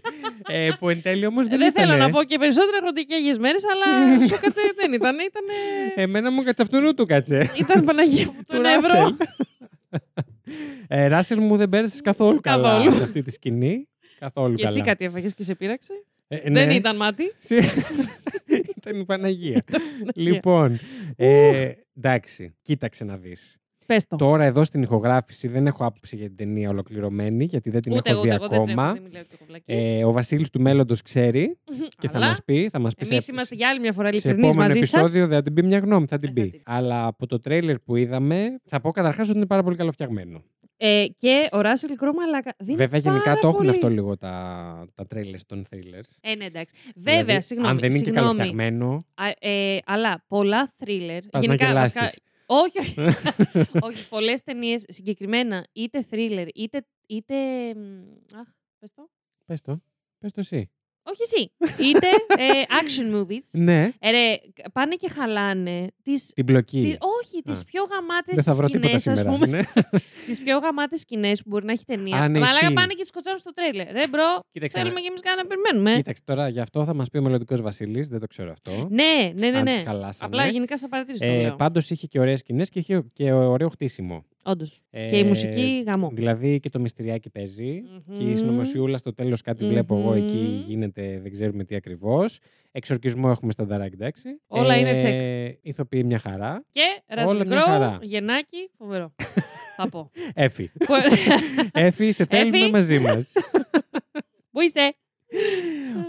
S1: ε, που εν τέλει όμως δεν
S2: δεν θέλω
S1: ήτανε.
S2: να πω και περισσότερα, έρχονται και άγιε μέρες, αλλά σου κάτσε δεν ήταν. Ήταν,
S1: Εμένα μου κατσαυτουνού του κάτσε.
S2: ήταν Παναγία από
S1: Του
S2: τον Εύρο.
S1: Ράσελ. ε, Ράσελ μου δεν πέρασε καθόλου καλά
S2: Καθόλου.
S1: σε αυτή τη σκηνή. Καθόλου
S2: Και
S1: καλά.
S2: εσύ κάτι έφαγες και σε πείραξε.
S1: Ε,
S2: Δεν
S1: ναι.
S2: ήταν μάτι.
S1: Ήταν η Παναγία. λοιπόν, ε, εντάξει, κοίταξε να δεις.
S2: Πες το.
S1: Τώρα εδώ στην ηχογράφηση δεν έχω άποψη για την ταινία ολοκληρωμένη, γιατί δεν την
S2: Ούτε
S1: έχω
S2: εγώ,
S1: δει
S2: ούτε εγώ δεν τρέχω,
S1: ακόμα.
S2: δεν μιλάω και εγώ βλακίες.
S1: Ε, ο Βασίλης του μέλλοντος ξέρει και θα
S2: Αλλά
S1: μας πει. Θα μας πει σε-
S2: Εμεί είμαστε για άλλη μια φορά
S1: σε
S2: ειλικρινείς
S1: επόμενο
S2: μαζί σας.
S1: επεισόδιο δεν θα την πει μια γνώμη, θα την
S2: Ε, θα
S1: πει.
S2: την πει.
S1: Αλλά από το τρέιλερ που είδαμε, θα πω καταρχάς ότι είναι πάρα πολύ καλοφτιαγμένο.
S2: Ε, και ο Ράσελ Κρόου μαλάκα. δίνει
S1: Βέβαια, γενικά
S2: πάρα
S1: το έχουν
S2: πολύ.
S1: αυτό λίγο τα, τα trailers των thrillers.
S2: Ε, ναι, εντάξει. Βέβαια,
S1: Δηλαδή,
S2: συγγνώμη.
S1: Αν δεν είναι και
S2: συγγνώμη.
S1: καλοφτιαγμένο,
S2: Α, ε, αλλά πολλά thriller.
S1: πας να γελάσεις.
S2: βασικά- όχι, όχι. όχι Πολλές ταινίες συγκεκριμένα, είτε thriller, είτε. είτε μ, αχ, πες το.
S1: Πες το. Πες το εσύ.
S2: Όχι εσύ. Είτε ε, action movies.
S1: Ναι,
S2: Ε, ρε, πάνε και χαλάνε τις...
S1: την πλοκή.
S2: Τι, όχι, τις
S1: Α.
S2: πιο γαμάτες
S1: Δεν θα βρω
S2: σκηνέ,
S1: τίποτα
S2: ας
S1: σήμερα.
S2: πούμε.
S1: Ναι.
S2: τις πιο γαμάτες σκηνές που μπορεί να έχει ταινία.
S1: Α, ναι,
S2: Μαλάκα
S1: ισχύει.
S2: πάνε και τις κοτσάρουν στο τρέλερ. Ρε, μπρο,
S1: Κοίταξε,
S2: θέλουμε κι εμεί κάτι να περιμένουμε.
S1: Κοίταξε τώρα, γι' αυτό θα μας πει ο μελλοντικός Βασίλης. Δεν το ξέρω αυτό.
S2: Ναι, ναι, ναι.
S1: Αν τις
S2: ναι.
S1: χαλάσανε.
S2: Απλά γενικά σαν παρατήρηση το
S1: ε,
S2: λέω.
S1: Πάντως είχε και ωραίες σκηνές και είχε και ωραίο χτίσιμο.
S2: Όντως.
S1: Ε,
S2: Και η μουσική γαμό.
S1: Δηλαδή και το μυστηριάκι παίζει. Και η
S2: Μμμ.
S1: συνωμοσιούλα στο τέλος κάτι βλέπω εγώ εκεί
S2: Μμμ.
S1: γίνεται, δεν ξέρουμε τι ακριβώς. Εξορκισμό έχουμε στα νταράκ, εντάξει.
S2: Όλα είναι
S1: Ηθοποιεί μια χαρά.
S2: Και
S1: Όλα μια χαρά.
S2: Ρασικρό, γενάκι, φοβερό. Θα πω.
S1: Έφη.
S2: Που-
S1: Έφη, σε θέλουμε
S2: Έφη.
S1: μαζί μας.
S2: Πού είσαι,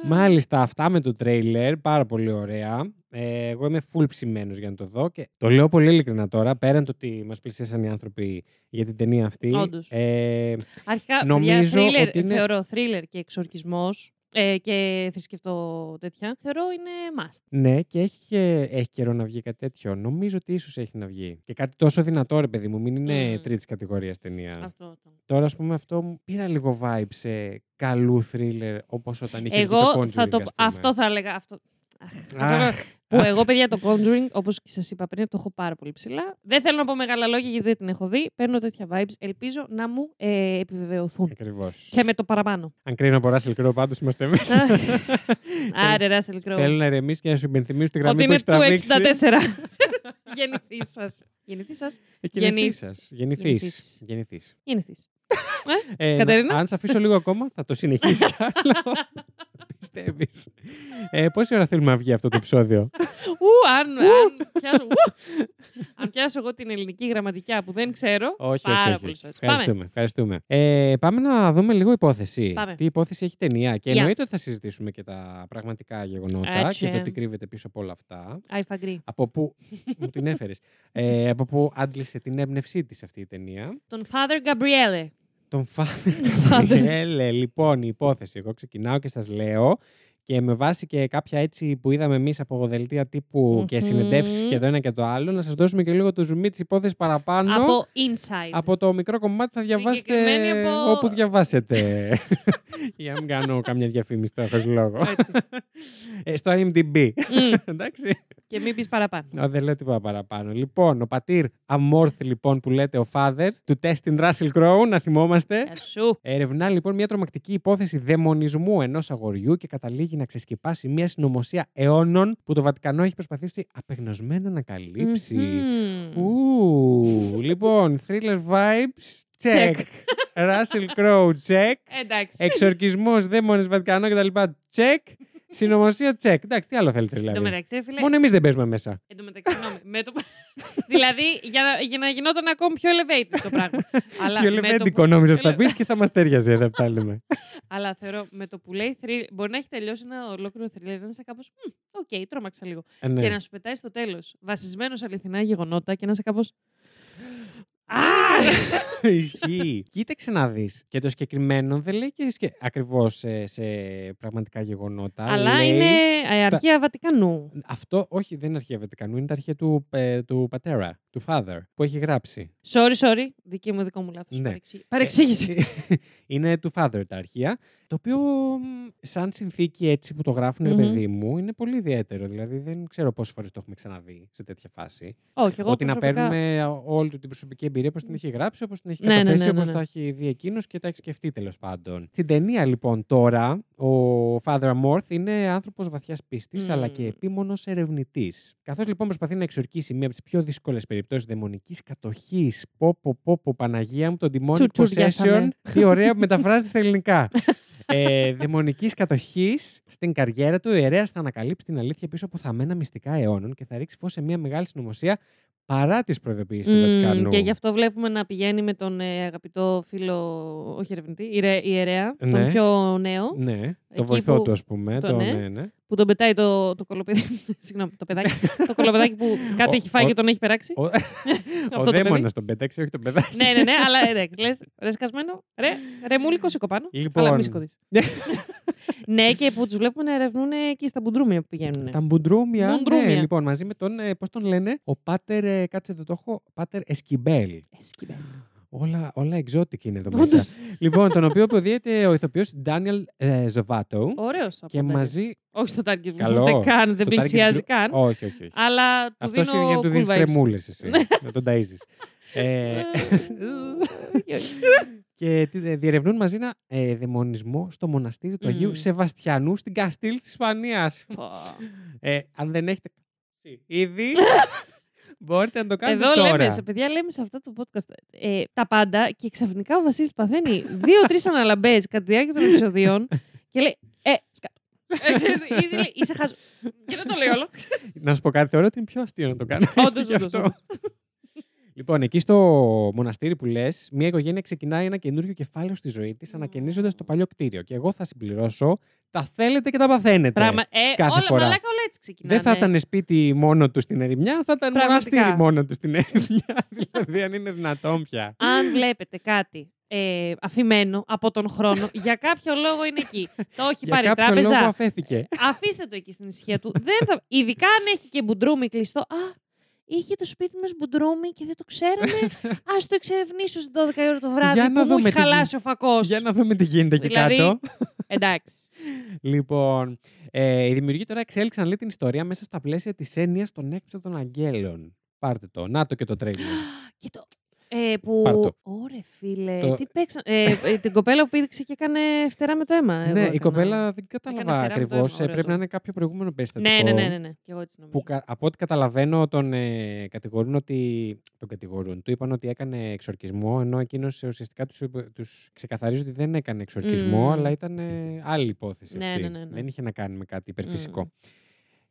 S1: Μάλιστα, αυτά με το τρέιλερ, πάρα πολύ ωραία. Ε, εγώ είμαι full ψημένος για να το δω και το λέω πολύ ειλικρινά τώρα. Πέραν το ότι μας πλησίασαν οι άνθρωποι για την ταινία αυτή.
S2: Όντως.
S1: Ε,
S2: Αρχικά,
S1: Νομίζω
S2: Νομίζω thriller,
S1: ότι είναι-
S2: θεωρώ θρίλερ και εξορκισμός ε, και θρησκευτό τέτοια. Θεωρώ είναι must.
S1: ναι, και έχει, και- έχει καιρό να βγει κάτι τέτοιο. Νομίζω ότι ίσως έχει να βγει. Και κάτι τόσο δυνατό, ρε παιδί μου, μην είναι
S2: Μμμ.
S1: τρίτης κατηγορίας ταινία.
S2: Αυτό. το-
S1: Τώρα, ας πούμε, αυτό μου πήρα λίγο vibe σε καλού thriller όπως όταν είχε βγει το
S2: Εγώ
S1: Conjuring,
S2: θα το...
S1: ας πούμε.
S2: Αυτό θα έλεγα. Αυτό...
S1: Αχ,
S2: Που εγώ, παιδιά, το Conjuring, όπως και σας είπα πριν, το έχω πάρα πολύ ψηλά. Δεν θέλω να πω μεγάλα λόγια γιατί δεν την έχω δει. Παίρνω τέτοια vibes. Ελπίζω να μου ε, επιβεβαιωθούν.
S1: ακριβώς.
S2: Και με το παραπάνω.
S1: Αν κρίνω από Russell Crowe, πάντως είμαστε εμείς.
S2: Αχ. Άρε, Ράσελ Κρόου.
S1: Θέλω να ηρεμήσει και να σου υπενθυμίσω τη
S2: Ότι
S1: γραμμή που
S2: είναι
S1: έχει
S2: του 64. Γεννηθεί σα. Γεννηθεί σα.
S1: Γεννηθεί σα. Γεννηθεί. Γεννηθεί.
S2: Γεννηθείς. Γεννηθεί. Κατερίνα?
S1: Ε, Αν σε αφήσω λίγο ακόμα, θα το συνεχίσει κι άλλο. Πιστεύεις. Ε, πόση ώρα θέλουμε να βγει αυτό το επεισόδιο.
S2: Ου, αν, αν, πιάσω, ου, αν πιάσω εγώ την ελληνική γραμματικά που δεν ξέρω.
S1: όχι,
S2: πάρα
S1: όχι, όχι.
S2: πολύ
S1: όχι.
S2: σωστά. Πάμε.
S1: Ευχαριστούμε. ευχαριστούμε. Ε, πάμε να δούμε λίγο υπόθεση.
S2: Πάμε.
S1: Τι υπόθεση έχει η ταινία. Και
S2: Yes.
S1: εννοείται ότι θα συζητήσουμε και τα πραγματικά γεγονότα
S2: Έτσι.
S1: και το τι κρύβεται πίσω από όλα αυτά.
S2: I agree.
S1: Από πού μου την έφερες. Ε, από πού άντλησε την έμπνευσή της αυτή η ταινία.
S2: Τον Father Gabriele.
S1: Τον Φάδελ. λοιπόν, η υπόθεση. Εγώ ξεκινάω και σας λέω και με βάση και κάποια έτσι που είδαμε εμείς από δελτία τύπου και
S2: Μμμ.
S1: συνεντεύξεις και το ένα και το άλλο, να σας δώσουμε και λίγο το zoom της υπόθεσης παραπάνω.
S2: Από Inside.
S1: από το μικρό κομμάτι θα διαβάσετε
S2: Συγκεκριμένη από-
S1: όπου διαβάσετε. Για να μην κάνω καμιά διαφήμιση τώρα χωρίς λόγο.
S2: Έτσι.
S1: Ε, στο IMDb.
S2: Μμ.
S1: Εντάξει.
S2: Και μην πεις παραπάνω.
S1: Ω, δεν λέω τίποτα παραπάνω. Λοιπόν, ο πατήρ Αμόρθ, λοιπόν, που λέτε ο father του Τέστιν Russell Crowe, να θυμόμαστε.
S2: Γεια Σου.
S1: Ερευνά λοιπόν μια τρομακτική υπόθεση δαιμονισμού ενός αγοριού και καταλήγει να ξεσκεπάσει μια συνωμοσία αιώνων που το Βατικανό έχει προσπαθήσει απεγνωσμένα να καλύψει.
S2: Μμμ.
S1: Ου, λοιπόν, thriller vibes, check.
S2: Check.
S1: Russell Crowe, check.
S2: Εντάξει.
S1: Εξορκισμός, δαίμονες, Βατικανό κτλ. Check. Συνωμοσία, check. Εντάξει, τι άλλο θέλετε
S2: Εν τω
S1: δηλαδή.
S2: μεταξύ, ρε φίλε.
S1: Μόνο εμείς δεν παίζουμε μέσα.
S2: Εν τω μεταξύ, συγγνώμη. με το... δηλαδή, για να, για να γινόταν ακόμη πιο elevated το πράγμα. Αλλά
S1: Πιο
S2: με το που-
S1: λεβέντικο νόμιζα ότι θα
S2: Ελε-
S1: πεις και θα μας τέριαζε, θα τα λέμε.
S2: Αλλά θεωρώ με το που λέει θρύλ, μπορεί να έχει τελειώσει ένα ολόκληρο θρύλερ, να είσαι κάπως. Οκ, τρόμαξα λίγο.
S1: Ε, ναι.
S2: Και να σου πετάει στο τέλος βασισμένος σε αληθινά γεγονότα και να είσαι κάπως.
S1: Ισχύει. Κοίταξε να δεις. Και το συγκεκριμένο δεν λέει και ακριβώς σε, σε πραγματικά γεγονότα.
S2: Αλλά
S1: λέει...
S2: είναι ε,
S1: στα- Ναι.
S2: αρχαία Βατικανού.
S1: Αυτό, όχι, δεν είναι αρχαία Βατικανού, είναι τα αρχαία του, ε, του πατέρα, του father, που έχει γράψει.
S2: Sorry, sorry. Δική μου, δικό μου λάθος.
S1: Ναι.
S2: Παρεξήγηση.
S1: Ε, είναι του father τα αρχεία. Το οποίο, μ, σαν συνθήκη έτσι που το γραφουν
S2: Μμμ.
S1: παιδί μου, είναι πολύ ιδιαίτερο. Δηλαδή, δεν ξέρω πόσες φορές το έχουμε ξαναδεί σε τέτοια φάση.
S2: Όχι, εγώ
S1: ότι
S2: προσωπικά...
S1: να παίρνουμε όλη του την προσωπική εμπειρία όπως την έχει γράψει, όπως την έχει
S2: Ναι, ναι, ναι,
S1: καταθέσει,
S2: ναι,
S1: όπως
S2: ναι.
S1: τα έχει δει εκείνος και τα έχει σκεφτεί τέλος πάντων. Στην ταινία λοιπόν τώρα, ο Father Amorth είναι άνθρωπος βαθιάς πίστης,
S2: Μμμ.
S1: αλλά και επίμονος ερευνητής. Καθώς λοιπόν προσπαθεί να εξορκίσει μία από τις πιο δύσκολες περιπτώσει δαιμονικής κατοχής, πόπο, πόπο, Παναγία μου, τον demonic possession.
S2: Τσουτσουριάσαμε.
S1: Τι ωραία που μεταφράζεται στα ελληνικά. ε, δαιμονικής κατοχής στην καριέρα του, ο ιερέα θα ανακαλύψει την αλήθεια πίσω από θαμμένα μυστικά αιώνων και θα ρίξει φως σε μια μεγάλη συνωμοσία παρά τις προειδοποιήσει του
S2: Μμμ,
S1: Βατικανού.
S2: και γι' αυτό βλέπουμε να πηγαίνει με τον ε, αγαπητό φίλο, όχι ερευνητή, ιερε- ιερέα,
S1: Ναι.
S2: τον πιο νέο,
S1: Ναι, το
S2: Εκεί
S1: βοηθό
S2: που-
S1: του, ας πούμε.
S2: το
S1: Το, ναι.
S2: ναι.
S1: Ναι, ναι.
S2: που τον πετάει το, το κολοπεδί. Συγγνώμη, το παιδάκι. το κολοπεδάκι που
S1: Ο-
S2: κάτι έχει φάει
S1: ο-
S2: και τον έχει περάξει.
S1: Ο, ο
S2: το παιδί.
S1: δαίμονας τον πέταξε, όχι τον παιδάκι.
S2: ναι, ναι, ναι, αλλά εντάξει. Λες, ρε σκασμένο. Ρε, ρε μούλικο σηκώ πάνω.
S1: Λοιπόν.
S2: Αλλά μη σηκωθείς. ναι, και που τους βλέπουμε να ερευνούν και στα μπουντρούμια που πηγαίνουν.
S1: Τα μπουντρούμια. Ναι,
S2: ναι. Μπουντρούμια.
S1: λοιπόν, ε, μαζί με τον. Πώς τον λένε, ο Πάτερ. ε, Κάτσε εδώ το έχω. Πάτερ Εσκιμπέλ. Όλα, όλα exotic είναι εδώ μέσα. λοιπόν, τον οποίο υποδιέται ο ηθοποιός Ντάνιελ ε, Ζοβάτο.
S2: Ωραίος
S1: Και μαζί.
S2: Όχι στο Target Blue,
S1: Καλό.
S2: ούτε καν, δεν
S1: στο Target
S2: πλησιάζει
S1: Blue-
S2: καν.
S1: Όχι, όχι. όχι.
S2: Αλλά του
S1: Αυτός
S2: δίνω
S1: είναι για να του
S2: cool
S1: δίνεις
S2: vibes. Ναι.
S1: κρεμούλες, εσύ. να τον ταζει. ε, και τι- ε, διερευνούν μαζί ένα ε, δαιμονισμό στο μοναστήρι του Αγίου
S2: Μμμ.
S1: Σεβαστιανού στην Καστήλ της Ισπανίας.
S2: Πω.
S1: Ε, αν δεν έχετε ήδη, μπορείτε να το κάνετε
S2: Εδώ
S1: τώρα.
S2: λέμε, σε παιδιά λέμε σε αυτό το podcast ε, τα πάντα και ξαφνικά ο Βασίλης παθαίνει δύο-τρει αναλαμπές κατά τη διάρκεια των επεισοδιών και λέει «Ε, σκα». Ε, ξέρεις, Ήδη λέει «Είσαι χάζο». Και δεν το λέει όλο.
S1: Να σου πω κάτι, θεωρώ ότι είναι πιο αστείο να το κάνω. έτσι
S2: Όντως,
S1: γι'
S2: όντως,
S1: αυτό.
S2: όντως.
S1: Λοιπόν, εκεί στο μοναστήρι που λες, μια οικογένεια ξεκινάει ένα καινούριο κεφάλαιο στη ζωή της, ανακαινίζοντας το παλιό κτίριο. Και εγώ θα συμπληρώσω. Τα θέλετε και τα παθαίνετε.
S2: Πράγμα, ε,
S1: κάθε
S2: όλα
S1: φορά.
S2: μαλάκα όλα έτσι ξεκινάνε.
S1: Δεν θα ήταν σπίτι μόνο του στην ερημιά, θα ήταν
S2: Πραγματικά.
S1: μοναστήρι μόνο του στην ερημιά. δηλαδή, αν είναι δυνατόν πια.
S2: Αν βλέπετε κάτι ε, αφημένο από τον χρόνο, για κάποιο λόγο είναι εκεί. Το έχει
S1: Για
S2: πάρει η
S1: κάποιο λόγο
S2: τράπεζα. Ε,
S1: αφέθηκε.
S2: Αφήστε το εκεί στην ησυχία του. δεν θα... Ειδικά αν έχει και μπουντρούμι κλειστό. Α, είχε το σπίτι μας μπουντρούμι και δεν το ξέραμε. Ας το εξερευνήσω στις 12 η ώρα το βράδυ
S1: Για να
S2: που μου
S1: δούμε
S2: έχει
S1: τι γι-
S2: χαλάσει ο φακός.
S1: Για να δούμε τι γίνεται εκεί
S2: Δηλαδή-
S1: κάτω.
S2: Εντάξει.
S1: Λοιπόν, ε, οι δημιουργοί τώρα εξέλιξαν λέει, την ιστορία μέσα στα πλαίσια της έννοιας των έκπτων των αγγέλων. Πάρτε το. Να το και το τρέιλερ.
S2: Και το. Ε, που...
S1: Πάρ' το.
S2: Ωρε φίλε,
S1: Το-
S2: τι παίξαν. Ε, ε, την κοπέλα που πήδηξε και έκανε φτερά με το αίμα. εγώ
S1: ναι, η
S2: έκανα.
S1: κοπέλα δεν κατάλαβα
S2: φτερά με το
S1: ακριβώ.
S2: αίμα, ωραίο
S1: Πρέπει
S2: το.
S1: να είναι κάποιο προηγούμενο περιστατικό.
S2: Ναι, ναι, ναι, ναι, ναι. Και εγώ έτσι νομίζω.
S1: Που κα- από ό,τι καταλαβαίνω, τον ε, κατηγορούν ότι. Τον κατηγορούν. Του είπαν ότι έκανε εξορκισμό, ενώ εκείνος ουσιαστικά τους τους ξεκαθαρίζει ότι δεν έκανε εξορκισμό,
S2: Μμμ.
S1: αλλά ήταν ε, άλλη υπόθεση.
S2: Ναι,
S1: αυτή.
S2: ναι, ναι, ναι.
S1: Δεν είχε να κάνει με κάτι υπερφυσικό.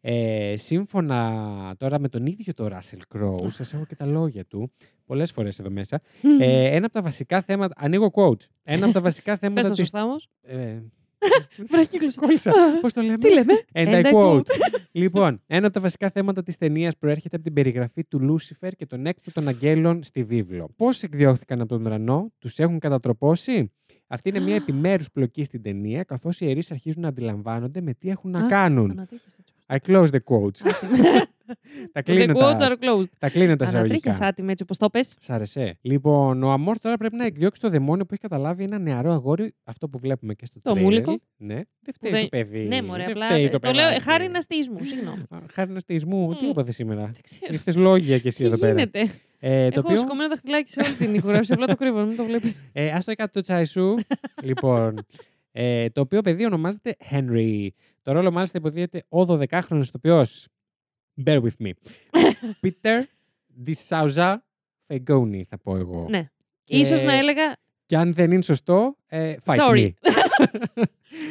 S1: Ε, σύμφωνα τώρα με τον ίδιο τον Ράσελ Κρόου, σας έχω και τα λόγια του πολλές φορές εδώ μέσα. Ε, ένα από τα βασικά θέματα. Ανοίγω quote. Ένα από τα βασικά
S2: Πες
S1: θέματα
S2: το
S1: της.
S2: σωστά όμως.
S1: Ε,
S2: Βραχύκλωσα.
S1: κόλλησα.
S2: Α,
S1: Πώς το λέμε.
S2: Τι λέμε.
S1: And, I quote. λοιπόν, ένα από τα βασικά θέματα της ταινίας προέρχεται από την περιγραφή του Λούσιφερ και των έκτου των αγγέλων στη βίβλο. Πώς εκδιώχθηκαν από τον ουρανό, τους έχουν κατατροπώσει. Αυτή είναι μια επιμέρους πλοκή στην ταινία, καθώς οι ιερείς αρχίζουν να αντιλαμβάνονται με τι έχουν να
S2: Αχ,
S1: κάνουν.
S2: Ανατρίχιασα.
S1: I close the quotes. τα κλείνω
S2: The quotes
S1: τα,
S2: are closed.
S1: τα κλείνω τα
S2: Ανατρίχιασα
S1: εισαγωγικά.
S2: άτιμη έτσι όπως το πες.
S1: Σ' άρεσε. Λοιπόν, ο Αμόρ τώρα πρέπει να εκδιώξει το δαιμόνιο που έχει καταλάβει ένα νεαρό αγόρι, αυτό που βλέπουμε και στο
S2: Το
S1: τρέιλερ.
S2: μούλικο.
S1: Ναι, δεν φταίει
S2: δεν-
S1: το παιδί.
S2: Ναι, μωρέ,
S1: δεν
S2: απλά
S1: φταίει
S2: ε,
S1: το,
S2: το λέω ε,
S1: παιδάκι.
S2: χάρη ναστείσμου. Συγγνώμη.
S1: Α, Χάρη ναστεϊσμού, τι
S2: Μμμ.
S1: έπαθε σήμερα.
S2: Δεν ξέρω.
S1: Ήρθε λόγια κι εσύ
S2: Τι
S1: εδώ πέρα.
S2: γίνεται.
S1: Ε, το
S2: Έχω
S1: οποίο.
S2: σκομμένο δαχτυλάκι σε όλη την ηχογράφηση. Απλά το κρύβω, μην το βλέπεις.
S1: Ε, ας το κάτω το τσάι σου. λοιπόν. Ε, το οποίο παιδί ονομάζεται Henry. Το ρόλο μάλιστα υποδίεται ο 12χρονο ηθοποιός. Bear with me. Peter DiSauza Fegoni, θα πω εγώ.
S2: Ναι.
S1: Και-
S2: Ίσως να έλεγα.
S1: Και αν δεν είναι σωστό, ε, fight
S2: Sorry.
S1: me.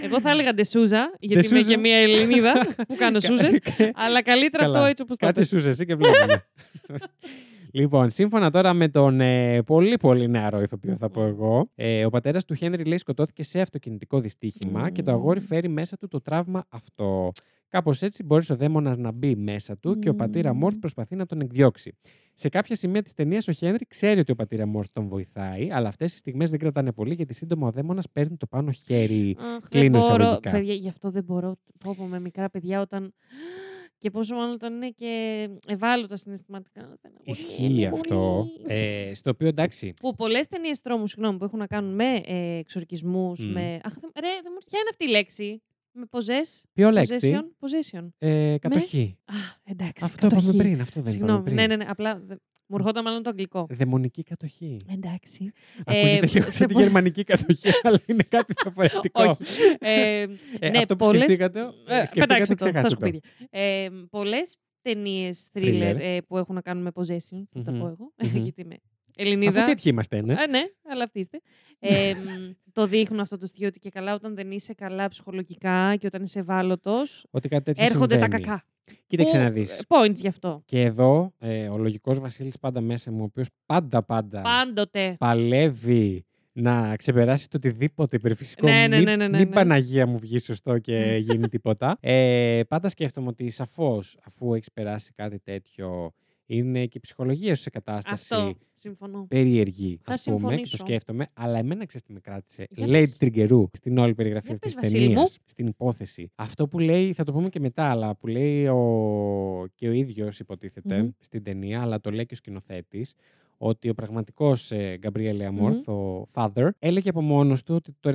S2: Εγώ θα έλεγα Ντεσούζα, γιατί είμαι
S1: Ντεσούζα.
S2: και μία Ελληνίδα που κάνω σούζες. Αλλά καλύτερα αυτό
S1: Καλά.
S2: έτσι όπως το
S1: Κάτσε
S2: πες.
S1: σου εσύ και βλέπουμε. λοιπόν, σύμφωνα τώρα με τον ε, πολύ πολύ νεαρό ηθοποιό, θα πω εγώ, ε, ο πατέρας του Χένρι λέει σκοτώθηκε σε αυτοκινητικό δυστύχημα και το αγόρι
S2: Μμμ.
S1: φέρει μέσα του το τραύμα αυτό. Κάπως έτσι μπορεί ο δαίμονας να μπει μέσα του και ο πατήρα
S2: Μμμ.
S1: Μόρθ προσπαθεί να τον εκδιώξει. Σε κάποια σημεία της ταινίας ο Χένρι ξέρει ότι ο πατήρα Μόρθ τον βοηθάει, αλλά αυτές οι στιγμές δεν κρατάνε πολύ γιατί σύντομα ο δαίμονας παίρνει το πάνω χέρι.
S2: Αχ, δεν
S1: Κλείνω
S2: μπορώ.
S1: εισαγωγικά.
S2: Παιδιά, γι' αυτό δεν μπορώ. Πω, πω, με μικρά παιδιά όταν. Και πόσο μάλλον όταν είναι και ευάλωτα συναισθηματικά. στεναχωρεί,
S1: Ισχύει
S2: είναι
S1: αυτό.
S2: πολύ.
S1: Ε, στο οποίο εντάξει,
S2: Που πολλές ταινίες τρόμου, συγγνώμη, που έχουν να κάνουν με ε, εξορκισμούς,
S1: Μμμ.
S2: με. Αχ, δεν- ρε, δεν μου ποια είναι αυτή η λέξη. Με ποζέ.
S1: ποιο λέξη.
S2: Possession. Ναι. Possession.
S1: Ε, κατοχή.
S2: Α, εντάξει.
S1: Αυτό
S2: κατοχή.
S1: είπαμε πριν, αυτό δεν είπαμε
S2: Συγγνώμη.
S1: πριν.
S2: Ναι, ναι, ναι, απλά δεν- μου ερχόταν μάλλον το αγγλικό.
S1: Δαιμονική κατοχή.
S2: Εντάξει.
S1: Ακούγεται λίγο
S2: Ε, σε
S1: σαν τη
S2: πο-
S1: γερμανική κατοχή, αλλά είναι κάτι διαφορετικό.
S2: Όχι. Ε,
S1: Ε,
S2: ναι,
S1: αυτό που
S2: πολλές-
S1: σκεφτήκατε, ε,
S2: Ε,
S1: σκεφτήκατε,
S2: πετάξτε το
S1: ξεχάστε το.
S2: στα σκουπίδια. Ε, Πολλές ταινίες
S1: Thriller.
S2: thriller ε, που έχουν να κάνουν με possession, θα τα
S1: Μμμ.
S2: πω εγώ,
S1: Μμμ.
S2: γιατί είμαι Ελληνίδα.
S1: Αφού τέτοιοι είμαστε, ναι.
S2: Α, ναι, αλλά αυτή είστε. Ε, μ, το δείχνουν αυτό το στοιχείο ότι και καλά όταν δεν είσαι καλά ψυχολογικά και όταν είσαι ευάλωτος,
S1: Ότι κάτι τέτοιο
S2: έρχονται τα
S1: συμβαίνει.
S2: κακά.
S1: Κοίταξε
S2: Που-
S1: να δεις.
S2: Ε, Points γι' αυτό.
S1: Και εδώ ε, ο λογικός Βασίλης πάντα μέσα μου, ο οποίος πάντα πάντα
S2: Πάντοτε.
S1: παλεύει να ξεπεράσει το οτιδήποτε υπερφυσικό.
S2: Ναι, ναι,
S1: Μη-
S2: ναι, ναι, ναι,
S1: μη
S2: ναι.
S1: Παναγία μου βγει σωστό και γίνει τίποτα. Ε, πάντα σκέφτομαι ότι σαφώς αφού έχεις περάσει κάτι τέτοιο, είναι και η ψυχολογία σου σε κατάσταση.
S2: Αυτό. Συμφωνώ.
S1: περίεργη,
S2: Θα
S1: ας πούμε, και το
S2: συμφωνήσω.
S1: σκέφτομαι, αλλά εμένα ξέρεις τι με κράτησε.
S2: Για
S1: λέει
S2: πες.
S1: τριγκερού στην όλη περιγραφή
S2: Για
S1: αυτής τη
S2: πες, Βασίλη
S1: ταινία,
S2: μου.
S1: στην υπόθεση. Αυτό που λέει, θα το πούμε και μετά, αλλά που λέει ο... και ο ίδιος υποτίθεται
S2: Μμμ.
S1: στην ταινία, αλλά το λέει και ο σκηνοθέτης, ότι ο πραγματικός Γκαμπριέλ Αμόρθ, ο father, έλεγε από μόνος του ότι το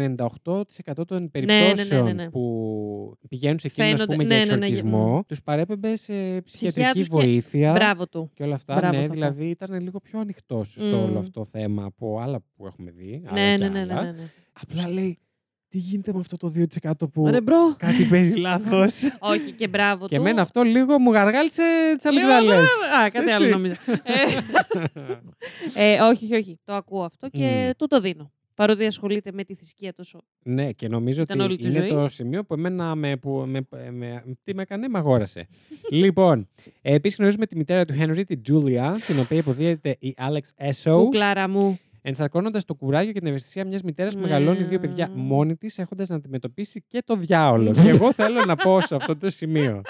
S1: 98% των περιπτώσεων
S2: ναι, ναι.
S1: που πηγαίνουν σε εκείνον ας
S2: Φαίνονται-
S1: πούμε, για
S2: ναι, ναι, ναι,
S1: εξορκισμό, τους παρέπεμπε σε ψυχιατρική
S2: τους και-
S1: βοήθεια.
S2: Μπράβο του.
S1: Και όλα αυτά,
S2: Μπράβο,
S1: ναι,
S2: θα
S1: δηλαδή ήταν λίγο πιο ανοιχτό στο
S2: Μμμ.
S1: όλο αυτό θέμα από άλλα που έχουμε δει. άλλα
S2: Ναι,
S1: και
S2: ναι, ναι,
S1: άλλα.
S2: ναι, ναι, ναι.
S1: Απλά λέει, τι γίνεται με αυτό το 2% που
S2: Ρε μπρο.
S1: κάτι παίζει λάθος.
S2: Όχι, και μπράβο
S1: και
S2: του.
S1: εμένα αυτό λίγο μου γαργάλισε τις
S2: Λίγο
S1: αμυγδαλέ.
S2: αυτό- Α, κάτι άλλο νόμιζα. Ε, ε, όχι, όχι, όχι. Το ακούω αυτό και
S1: Μμμ.
S2: του το δίνω. Παρότι ασχολείται με τη θρησκεία τόσο.
S1: ναι, και νομίζω
S2: Ήταν
S1: ότι
S2: όλη τη
S1: είναι
S2: ζωή.
S1: το σημείο που εμένα με, που, με, με- τι με έκανε, με αγόρασε. λοιπόν, επίσης γνωρίζουμε τη μητέρα του Henry, τη Julia, την οποία υποδίεται η Alex Esso.
S2: Κουκλάρα μου.
S1: ενσαρκώνοντας το κουράγιο και την ευαισθησία μιας μητέρας που
S2: Ναι.
S1: μεγαλώνει δύο παιδιά μόνη της, έχοντας να αντιμετωπίσει και το διάολο. και εγώ θέλω να πω σε αυτό το σημείο.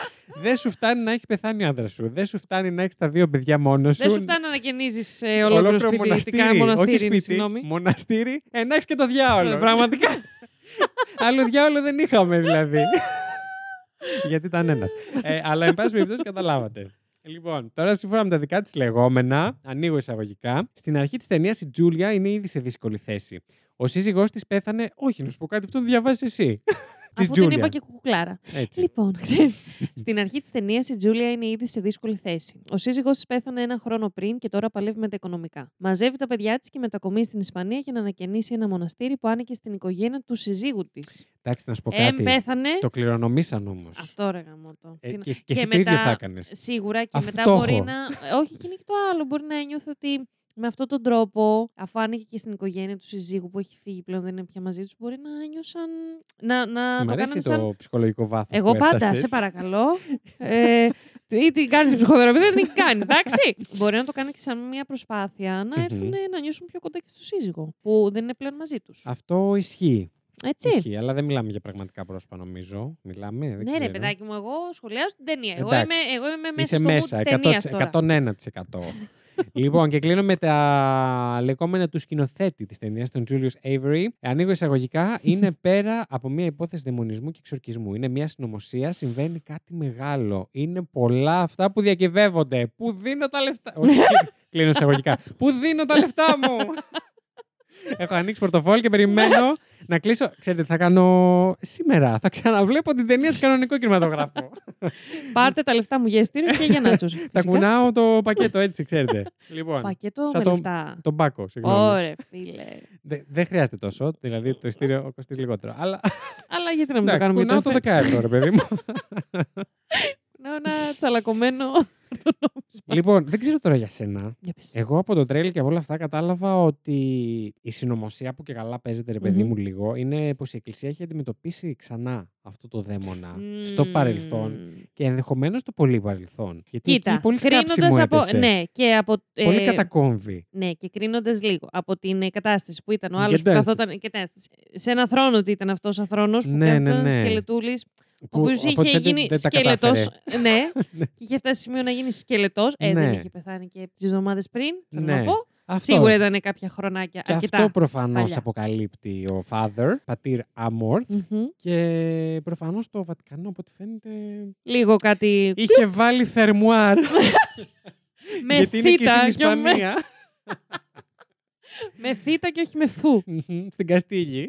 S1: Δεν σου φτάνει να έχει πεθάνει ο άντρα σου. Δεν σου φτάνει να έχεις τα δύο παιδιά μόνος σου.
S2: Δεν σου φτάνει να ανακαινίζεις ε, ολόκληρο σπίτι. ειδικά
S1: όχι
S2: μοναστήρι, είναι,
S1: σπίτι,
S2: συγγνώμη.
S1: μοναστήρι, ε, να έχεις και το διάολο.
S2: Ε, Πραγματικά.
S1: Άλλο διάολο δεν είχαμε δηλαδή. Γιατί ήταν ένας. αλλά, εν πάση περιπτώσει, καταλάβατε. Λοιπόν, τώρα σύμφωνα με τα δικά της λεγόμενα, ανοίγω εισαγωγικά. Στην αρχή της ταινίας η Τζούλια είναι ήδη σε δύσκολη θέση. Ο σύζυγός της πέθανε. Όχι, να σου πω κάτι, αυτό το διαβάζεις εσύ. Της
S2: Αφού την
S1: Τζούλια.
S2: είπα και κουκλάρα.
S1: Έτσι.
S2: Λοιπόν, ξέρεις, στην αρχή της ταινίας η Τζούλια είναι ήδη σε δύσκολη θέση. Ο σύζυγός της πέθανε ένα χρόνο πριν και τώρα παλεύει με τα οικονομικά. Μαζεύει τα παιδιά της και μετακομίζει στην Ισπανία για να ανακαινήσει ένα μοναστήρι που άνοιγε στην οικογένεια του συζύγου της.
S1: Εντάξει, να σου πω
S2: Ε,
S1: κάτι.
S2: πέθανε.
S1: Το κληρονομήσαν όμως.
S2: Αυτό ρε γαμώτο.
S1: Ε,
S2: Τι να-
S1: και, και εσύ
S2: και
S1: το ίδιο
S2: μετά-
S1: θα έκανες.
S2: Σίγουρα και
S1: Αυτό
S2: μετά μπορεί
S1: έχω.
S2: να. Ε, Όχι, και είναι και το άλλο. Μπορεί να νιώθει ότι με αυτόν τον τρόπο, αφού άνοιγε και στην οικογένεια του συζύγου που έχει φύγει πλέον, δεν είναι πια μαζί τους, μπορεί να νιώσαν. να, να
S1: Μ'
S2: το
S1: αρέσει
S2: κάνανε
S1: το
S2: σαν.
S1: ψυχολογικό βάθος.
S2: Εγώ πάντα, σε παρακαλώ. ε, ή την κάνεις ψυχοθεραπεία, δεν την κάνεις, εντάξει. μπορεί να το κάνει και σαν μια προσπάθεια να
S1: Μμμ.
S2: έρθουν να νιώσουν πιο κοντά και στο σύζυγο, που δεν είναι πλέον μαζί τους.
S1: Αυτό ισχύει.
S2: Έτσι.
S1: Ισχύει, αλλά δεν μιλάμε για πραγματικά πρόσωπα, νομίζω. Μιλάμε. Δεν
S2: Ναι, ρε
S1: ξέρω.
S2: παιδάκι μου, εγώ σχολιάζω την ταινία. Εγώ είμαι,
S1: Εντάξει.
S2: εγώ είμαι μέσα
S1: Είσαι
S2: στο
S1: μέσα,
S2: mood της ταινίας
S1: 100%,
S2: τώρα.
S1: 101%. λοιπόν, και κλείνω με τα λεγόμενα του σκηνοθέτη της ταινίας, τον Julius Avery. Ανοίγω εισαγωγικά. είναι πέρα από μια υπόθεση δαιμονισμού και εξορκισμού. Είναι μια συνωμοσία, συμβαίνει κάτι μεγάλο. Είναι πολλά αυτά που διακυβεύονται. Πού δίνω τα λεφτά. Όχι, κλείνω εισαγωγικά. Πού δίνω τα λεφτά μου. Έχω ανοίξει πορτοφόλι και
S2: Ναι.
S1: περιμένω να κλείσω. Ξέρετε, τι θα κάνω σήμερα. Θα ξαναβλέπω την ταινία σε κανονικό κινηματογράφο.
S2: Πάρτε τα λεφτά μου για εστήριο και για νάτσο.
S1: Τα κουνάω το πακέτο, έτσι ξέρετε. λοιπόν,
S2: Πακέτο
S1: σαν
S2: με
S1: το-
S2: λεφτά.
S1: τον πάκο, συγγνώμη.
S2: Ωρε, φίλε.
S1: Δε- Δεν χρειάζεται τόσο, δηλαδή το ειστήριο κοστίζει λιγότερο. Αλλά
S2: Αλλά γιατί να μην το
S1: εντάξει,
S2: κάνουμε για
S1: κουνάω το
S2: εφέ.
S1: δεκάετο, ρε παιδί μου.
S2: Κουνάω ένα τσαλακωμένο.
S1: Λοιπόν, δεν ξέρω τώρα για σένα.
S2: Για πες.
S1: Εγώ από το τρέλ και από όλα αυτά κατάλαβα ότι η συνωμοσία που και καλά παίζεται, ρε παιδί
S2: Μμμ.
S1: μου, λίγο είναι πως η Εκκλησία έχει αντιμετωπίσει ξανά αυτό το δαίμονα στο παρελθόν
S2: Μμμ.
S1: και ενδεχομένως το πολύ παρελθόν. Γιατί
S2: Κοίτα,
S1: εκεί πολύ
S2: κρίνοντας
S1: σκάψιμο
S2: από.
S1: έπεσε.
S2: Ναι, και από. ε,
S1: Πολύ κατακόμβη.
S2: Ναι, και κρίνοντας λίγο από την ε, κατάσταση που ήταν ο άλλος που
S1: Εγκατάσταση.
S2: καθόταν. εγκατάσταση. Σε ένα θρόνο ότι ήταν αυτός ο θρόνος που
S1: Ναι,
S2: καθόταν
S1: ναι,
S2: ένα
S1: ναι.
S2: σκελετούλης. Ο
S1: Που
S2: οποίο
S1: από ό,τι
S2: είχε
S1: φαίνεται
S2: γίνει
S1: δεν τα
S2: σκελετός.
S1: κατάφερε.
S2: Ναι, και είχε φτάσει σε σημείο να γίνει σκελετός. Ε, δεν
S1: Ναι.
S2: είχε πεθάνει και τις εβδομάδες πριν. Θέλω
S1: Ναι.
S2: να πω.
S1: Αυτό.
S2: Σίγουρα ήταν κάποια χρονάκια
S1: Και
S2: αρκετά.
S1: αυτό προφανώς
S2: παλιά.
S1: αποκαλύπτει ο father, πατήρ Αμόρθ.
S2: Μμμ.
S1: Και προφανώς το Βατικανό, από ό,τι φαίνεται.
S2: Λίγο κάτι
S1: Είχε βάλει θερμουάρ.
S2: με
S1: Ε, γιατί είναι και
S2: φύτα
S1: στην
S2: και ο- με,
S1: Ισπανία.
S2: με φύτα και όχι με φου.
S1: Μμμ, στην Καστήλη.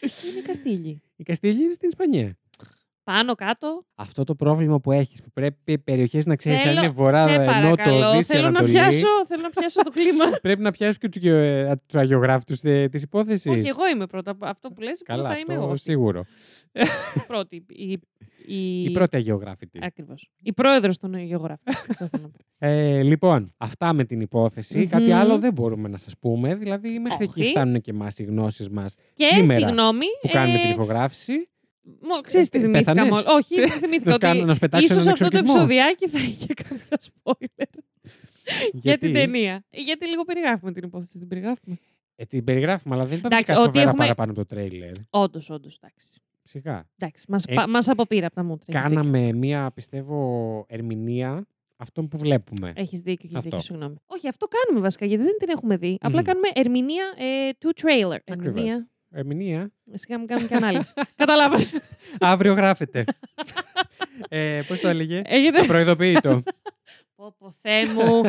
S2: Είναι Καστήλι.
S1: Η Καστήλη είναι στην Ισπανία.
S2: Πάνω κάτω.
S1: Αυτό το πρόβλημα που έχεις, που πρέπει περιοχές να ξέρεις αν
S2: Θέλω-
S1: είναι βορρά,
S2: σε παρακαλώ,
S1: νότο, δύση,
S2: θέλω να,
S1: ανατολή.
S2: πιάσω, θέλω να πιάσω το κλίμα.
S1: Πρέπει να πιάσεις και τους αγιογράφου της υπόθεσης.
S2: όχι, εγώ είμαι πρώτα. Αυτό που λες,
S1: ε, Καλά,
S2: πρώτα είμαι εγώ.
S1: αυτό σίγουρο.
S2: Πρώτη. Η, η...
S1: Η πρώτη αγιογράφητη.
S2: Ακριβώς. Η πρόεδρος των γεωγράφων. Αυτό θέλω να πω.
S1: Ε, λοιπόν, αυτά με την υποθεση
S2: Μμμ.
S1: Κάτι άλλο δεν μπορούμε να σας πούμε. Δηλαδή, μέχρι εκεί
S2: Όχι.
S1: φτάνουν και εμάς οι γνώσεις μας
S2: Και
S1: Σήμερα
S2: συγγνώμη.
S1: που κάνουμε
S2: ε,
S1: την ηχογράφηση.
S2: μω- Ξέρεις τι
S1: Ε,
S2: θυμήθηκα
S1: πέθανες.
S2: μόλι. Όχι,
S1: Τι-
S2: δεν θυμήθηκα
S1: Να κάνω-
S2: ότι
S1: να σου πετάξω
S2: ίσως
S1: έναν
S2: αυτό το
S1: εξορκισμό.
S2: επεισοδιάκι θα είχε κάποια spoiler για την ταινία. Ε, Γιατί λίγο περιγράφουμε την υπόθεση, την περιγράφουμε.
S1: Ε, την περιγράφουμε, αλλά δεν είπαμε
S2: Εντάξει,
S1: κάτι
S2: ότι
S1: φοβερά
S2: έχουμε-
S1: παραπάνω από το τρέιλερ.
S2: Όντως, όντως, εντάξει.
S1: Ψυχά.
S2: Εντάξει, μας,
S1: Ε,
S2: πα- μας αποπήρε από τα μούτρα. έχεις δίκιο.
S1: Κάναμε μία, πιστεύω, ερμηνεία αυτών που βλέπουμε.
S2: Έχεις δίκιο, έχεις
S1: Αυτό.
S2: δίκιο, συγγνώμη. Όχι, αυτό κάνουμε βασικά, γιατί δεν την έχουμε δει. Απλά
S1: Μμμ.
S2: κάνουμε ερμηνεία ε, του trailer.
S1: Ακριβώς.
S2: Ερμηνεία.
S1: Ερμηνεία.
S2: Σιγά μην κάνουμε και ανάλυση. Καταλάβατε.
S1: Αύριο γράφεται. ε, Πώς το έλεγε.
S2: Έγινε.
S1: Προειδοποιητό.
S2: Πω, Πω, πω, Θεέ μου.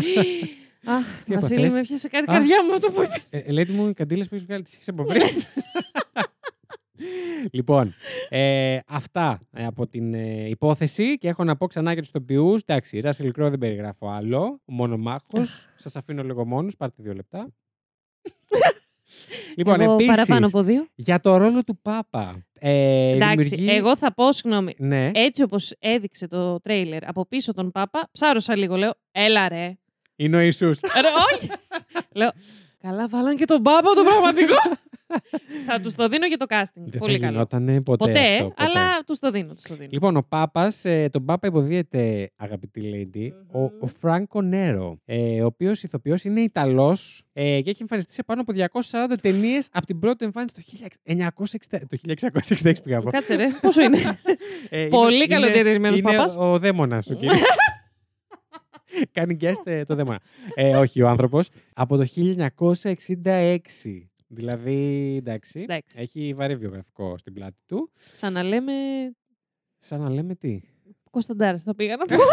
S2: Αχ,
S1: Τι
S2: Βασίλη,
S1: έπαθες?
S2: με πιάσε κάτι η
S1: Α.
S2: καρδιά μου αυτό που είπες.
S1: Ε, ε, Λέτη μου, οι καντήλε που έχει βγάλει τι
S2: Ναι.
S1: έχει από πριν. λοιπόν, ε, αυτά ε, από την ε, υπόθεση και έχω να πω ξανά για τους τοπιούς. Εντάξει, Ράσελ Κρό δεν περιγράφω άλλο. Μόνο μάχος. Σας αφήνω λίγο μόνος. Πάρτε δύο λεπτά. λοιπόν,
S2: Εγώ
S1: επίση.
S2: παραπάνω από δύο.
S1: Για το ρόλο του Πάπα. Ε,
S2: Εντάξει,
S1: δημιουργεί-
S2: εγώ θα πω, συγγνώμη.
S1: Ναι.
S2: Έτσι όπως έδειξε το τρέιλερ από πίσω τον Πάπα, ψάρωσα λίγο. Λέω, έλα ρε.
S1: Είναι ο Ιησούς.
S2: Ρε, όχι. Λέω, καλά βάλαν και τον Πάπα τον πραγματικό. θα τους το δίνω για το casting.
S1: Δεν θα
S2: Πολύ καλό.
S1: γινότανε ποτέ,
S2: Ποτέ,
S1: αυτό, ποτέ.
S2: αλλά τους το δίνω. Τους το δίνω.
S1: Λοιπόν, ο Πάπας, τον Πάπα υποδίεται, αγαπητή Lady, ο, ο Φράνκο Νέρο, ε, ο οποίος ηθοποιός είναι Ιταλός ε, και έχει εμφανιστεί σε πάνω από 240 ταινίες από την πρώτη εμφάνιση το 1960 το 1666 πήγα από.
S2: Κάτσε ρε, πόσο είναι.
S1: Ε,
S2: πολύ καλοδιατηρημένος
S1: είναι
S2: Πάπας.
S1: Ο, ο δαίμονα, ο κύριος. Κάνει guest ε, το δαίμονα. ε, όχι, ο άνθρωπος. Από το 1966. Δηλαδή, εντάξει,
S2: Εντάξει.
S1: έχει βαρύ βιογραφικό στην πλάτη του.
S2: Σαν να λέμε
S1: Σαν να λέμε τι.
S2: Κωνσταντάρ, θα πήγα να πω.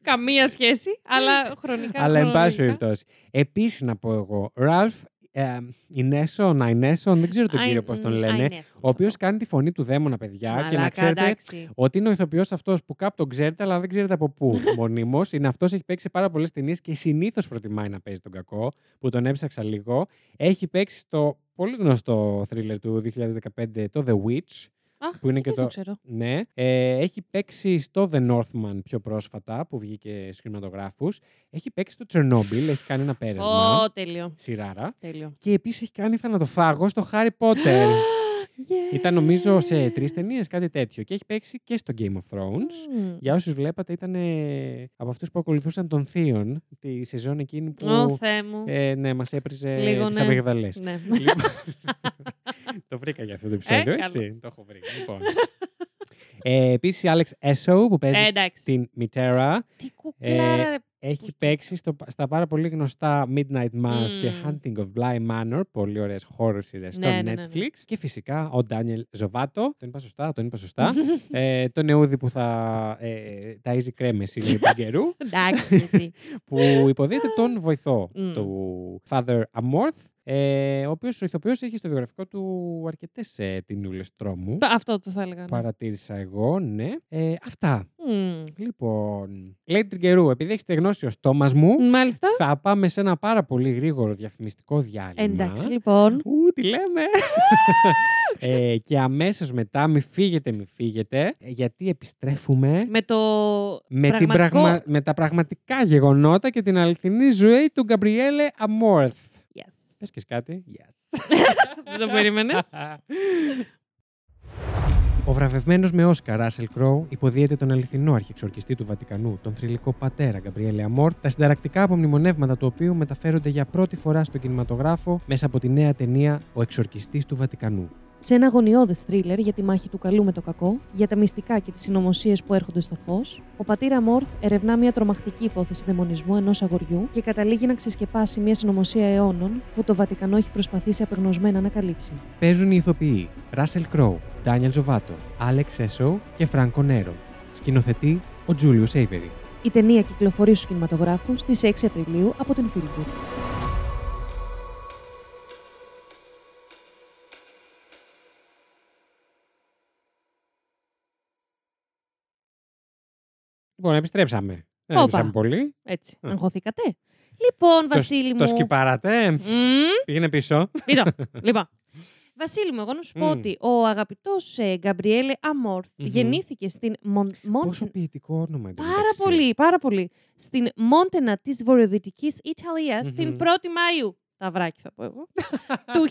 S2: Καμία σχέση, αλλά χρονικά.
S1: Αλλά εν πάση
S2: χρονολογικά.
S1: περιπτώσει. Επίσης να πω εγώ, Ραλφ ε, Ινέσον, Αϊνέσον, δεν ξέρω τον
S2: Α, ε,
S1: κύριο πώς τον
S2: μ, α,
S1: λένε.
S2: είναι αυτό.
S1: Ο οποίος κάνει τη φωνή του δαίμονα, παιδιά. και να
S2: Μαλάκα,
S1: ξέρετε
S2: εντάξει.
S1: ότι είναι ο ηθοποιός αυτός που κάπου τον ξέρετε, αλλά δεν ξέρετε από πού μονίμως. Είναι αυτός, έχει παίξει σε πάρα πολλές ταινίες και συνήθως προτιμάει να παίζει τον κακό, που τον έψαξα λίγο. Έχει παίξει στο πολύ γνωστό θρίλερ του 2015, το The Witch.
S2: Αχ,
S1: που είναι
S2: και
S1: και
S2: δεν το
S1: το-
S2: ξέρω.
S1: Ναι. Ε, έχει παίξει στο The Northman πιο πρόσφατα, που βγήκε στους κινηματογράφους. Έχει παίξει στο Τσερνόμπιλ, έχει κάνει ένα πέρασμα.
S2: Ω, τέλειο.
S1: Σειράρα.
S2: Τέλειο.
S1: Και επίσης έχει κάνει θανατοφάγο στο Harry Potter. Ήταν νομίζω σε τρεις ταινίες, κάτι τέτοιο. Και έχει παίξει και στο Game of Thrones.
S2: Μμμ.
S1: Για όσους βλέπατε, ήταν ε, από αυτούς που ακολουθούσαν τον Θείον τη σεζόν εκείνη που.
S2: Ω, Θεέ μου.
S1: ε, ναι, μας έπριζε
S2: Λίγο,
S1: τις
S2: ναι.
S1: απεγδαλέ.
S2: Ναι.
S1: Λοιπόν, το βρήκα για αυτό το επεισόδιο,
S2: Λοιπόν. Ε, καλό.
S1: έτσι. Το έχω βρει. Λοιπόν. ε, Επίσης, η Άλεξ Έσο που παίζει
S2: Ε, Εντάξει.
S1: την μητέρα
S2: Τι κουκλάρα,
S1: Ε,
S2: ρε.
S1: έχει παίξει στο, στα πάρα πολύ γνωστά Midnight Mass και
S2: Μμμ.
S1: Hunting of Bly Manor, πολύ ωραίες horror σειρές στο
S2: Ναι, ναι,
S1: Netflix.
S2: ναι, ναι.
S1: Και φυσικά ο Ντάνιελ Ζοβάτο, τον είπα σωστά, τον είπα σωστά, ε, τον νεούδι που θα ε, ταΐζει κρέμες είναι επί καιρού,
S2: Εντάξει, έτσι.
S1: που υποδίεται τον βοηθό
S2: Μμ.
S1: του Father Amorth, ε, ο οποίος ο ηθοποιός έχει στο βιογραφικό του αρκετές ε, τινούλες τρόμου.
S2: Αυτό το θα έλεγα. ναι.
S1: Παρατήρησα εγώ, ναι. Ε, αυτά.
S2: Μμ.
S1: Λοιπόν, λέει Τριγκερού, επειδή έχετε γνώσει ο στόμα μου,
S2: Μάλιστα.
S1: θα πάμε σε ένα πάρα πολύ γρήγορο διαφημιστικό διάλειμμα.
S2: Εντάξει, λοιπόν.
S1: Ου, τι λέμε. ε, και αμέσως μετά, μη φύγετε, μη φύγετε, γιατί επιστρέφουμε
S2: Με το.
S1: με, την
S2: πραγματικό-
S1: πραγμα- με τα πραγματικά γεγονότα και την αληθινή ζωή του Γκαμπριέλε Αμόρθ.
S2: Yes.
S1: Θες και κάτι. Yes.
S2: Δεν το περίμενες.
S1: Ο βραβευμένος με Όσκα Ράσελ Κρόου υποδίεται τον αληθινό αρχιεξορκιστή του Βατικανού, τον θρηλυκό πατέρα Γκαμπριέλε Αμόρ, τα συνταρακτικά απομνημονεύματα του οποίου μεταφέρονται για πρώτη φορά στον κινηματογράφο μέσα από τη νέα ταινία Ο Εξορκιστής του Βατικανού.
S6: Σε ένα αγωνιώδες θρίλερ για τη μάχη του καλού με το κακό, για τα μυστικά και τις συνωμοσίες που έρχονται στο φως, ο πατήρα Μόρθ ερευνά μια τρομακτική υπόθεση δαιμονισμού ενός αγοριού και καταλήγει να ξεσκεπάσει μια συνωμοσία αιώνων που το Βατικανό έχει προσπαθήσει απεγνωσμένα να καλύψει.
S1: Παίζουν οι ηθοποιοί Ράσελ Κρόου, Ντάνιελ Ζοβάτο, Άλεξ Έσο και Φρανκο Νέρο. Σκηνοθετεί ο Τζούλιου Σέιβερι.
S6: Η ταινία κυκλοφορεί στους κινηματογράφους στις 6 Απριλίου από την Φίλμπουργκ.
S1: Λοιπόν, επιστρέψαμε. Δεν
S2: Όπα.
S1: έπαιξαμε πολύ.
S2: Έτσι.
S1: Α.
S2: Αγχωθήκατε. Λοιπόν, Βασίλη μου.
S1: Το σκυπάρατε.
S2: Μμμ,
S1: Πήγαινε πίσω.
S2: πίσω. λοιπόν. Βασίλη μου, εγώ να σου πω
S1: Μμμ.
S2: ότι ο αγαπητός Γκαμπριέλε Αμόρθ
S1: Μμμ.
S2: γεννήθηκε στην Μον... Μον-
S1: Πόσο ποιητικό όνομα. εν τω
S2: Πάρα
S1: μεταξύ.
S2: πολύ, πάρα πολύ. Στην Μόντενα της Βορειοδυτικής Ιταλίας
S1: Μμμ.
S2: την 1η Μαου. Τα βράκι θα πω εγώ. του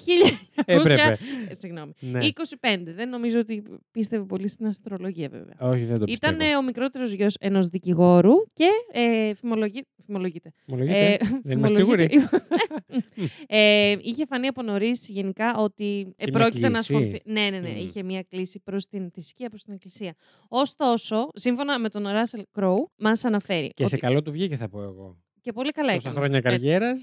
S2: 1900.
S1: Έπρεπε.
S2: Ε, Συγγνώμη.
S1: Ναι.
S2: 25. Δεν νομίζω ότι πίστευε πολύ στην αστρολογία, βέβαια.
S1: Όχι, δεν το πιστεύω.
S2: Ήταν ε, ο μικρότερος γιος ενός δικηγόρου και ε, φημολογεί- φημολογείται. ε,
S1: Ομολογείτε. δεν είμαστε
S2: φημολογείται.
S1: σίγουροι.
S2: ε, είχε φανεί από νωρίς γενικά ότι ε,
S1: μια
S2: πρόκειται να
S1: κλίση.
S2: ασχοληθεί. Ναι, ναι, ναι.
S1: Μμμ.
S2: Είχε μια κλίση προς την θρησκεία, προς την εκκλησία. Ωστόσο, σύμφωνα με τον Ράσελ Κρόου, μας αναφέρει.
S1: και σε
S2: ότι-
S1: καλό του βγήκε, θα πω εγώ.
S2: και πολύ καλά
S1: Τόσα
S2: έκανε.
S1: χρόνια
S2: Έτσι. Ναι.
S1: καριέρα.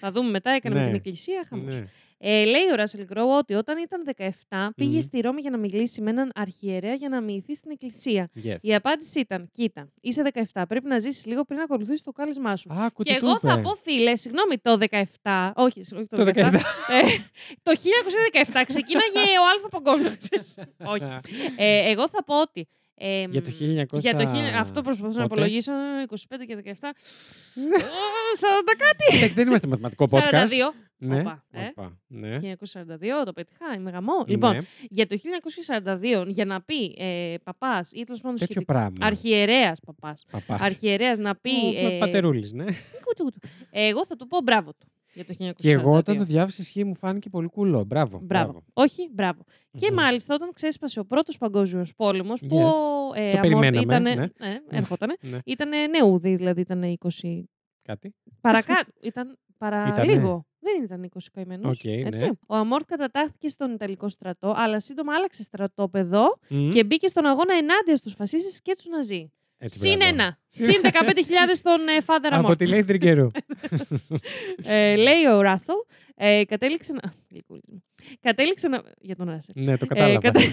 S2: Θα δούμε μετά, έκανε με
S1: Ναι.
S2: την εκκλησία. Χαμός.
S1: Ναι.
S2: Ε, λέει ο Ράσελ Γκρόου ότι όταν ήταν 17
S1: Μμμ.
S2: πήγε στη Ρώμη για να μιλήσει με έναν αρχιερέα για να μοιηθεί στην εκκλησία.
S1: Yes.
S2: Η απάντηση ήταν: Κοίτα, είσαι 17. Πρέπει να ζήσεις λίγο πριν ακολουθήσεις το κάλεσμά σου.
S1: Άκου
S2: Και
S1: τι του
S2: εγώ θα
S1: είπε.
S2: πω, φίλε, συγγνώμη, το 17. Όχι, συγγνώμη, το,
S1: Ναι. Το
S2: 17.
S1: 17.
S2: ε, το 1917 ξεκίναγε ο Αλφα Παγκόσμιος. Όχι. Ε, εγώ θα πω ότι. ε,
S1: Για το 1900
S2: για το χίλια- Αυτό προσπαθώ να
S1: πότε?
S2: απολογίσω. 25 και 17. Ε, 40 κάτι.
S1: Εντάξει, δεν είμαστε μαθηματικό podcast.
S2: 42.
S1: Ναι.
S2: Οπα, ε.
S1: Οπα, ναι.
S2: 1942, το πετυχά, είμαι γαμό. Λοιπόν,
S1: Ναι.
S2: για το 1942, για να πει ε, παπάς ή τέλος πάντων
S1: τέτοιο ναι.
S2: σχετικό.
S1: πράγμα.
S2: Αρχιερέας παπάς.
S1: Παπάς.
S2: Αρχιερέας να πει.
S1: Ε... Πατερούλης, ναι.
S2: κούτου, κούτου. Ε, εγώ θα του πω μπράβο του για το 1942.
S1: Και εγώ όταν το διάβασα ισχύει μου φάνηκε πολύ κουλό. Μπράβο.
S2: Μπράβο. Όχι, μπράβο. Και
S1: Μμμ.
S2: μάλιστα όταν ξέσπασε ο πρώτος Παγκόσμιος Πόλεμος, που
S1: Yes.
S2: ο ε,
S1: Το περιμέναμε,
S2: ήταν.
S1: ναι.
S2: ερχόταν.
S1: Ναι.
S2: Ήταν νεούδι, δηλαδή ήταν 20.
S1: Κάτι.
S2: Παρακάτω. ήταν παραλίγο.
S1: Ήτανε.
S2: Δεν ήταν 20 καημένο.
S1: Οκ, ναι.
S2: Ο Αμόρτ κατατάχθηκε στον Ιταλικό στρατό, αλλά σύντομα άλλαξε στρατόπεδο και μπήκε στον αγώνα ενάντια στους φασίστες και τους Ναζί.
S1: Έτσι,
S2: Συν
S1: μπράβο.
S2: ένα. Συν 15.000 στον ε, Father
S1: Από
S2: Αμόρτ.
S1: τη Lady Τριγκερού.
S2: Ε, λέει ο Ράσελ, ε, κατέληξε να. Α, γλυκούλη μου. Κατέληξε να. Για τον Ράσελ.
S1: ναι, το
S2: Ε,
S1: κατάλαβα.
S2: κατέ-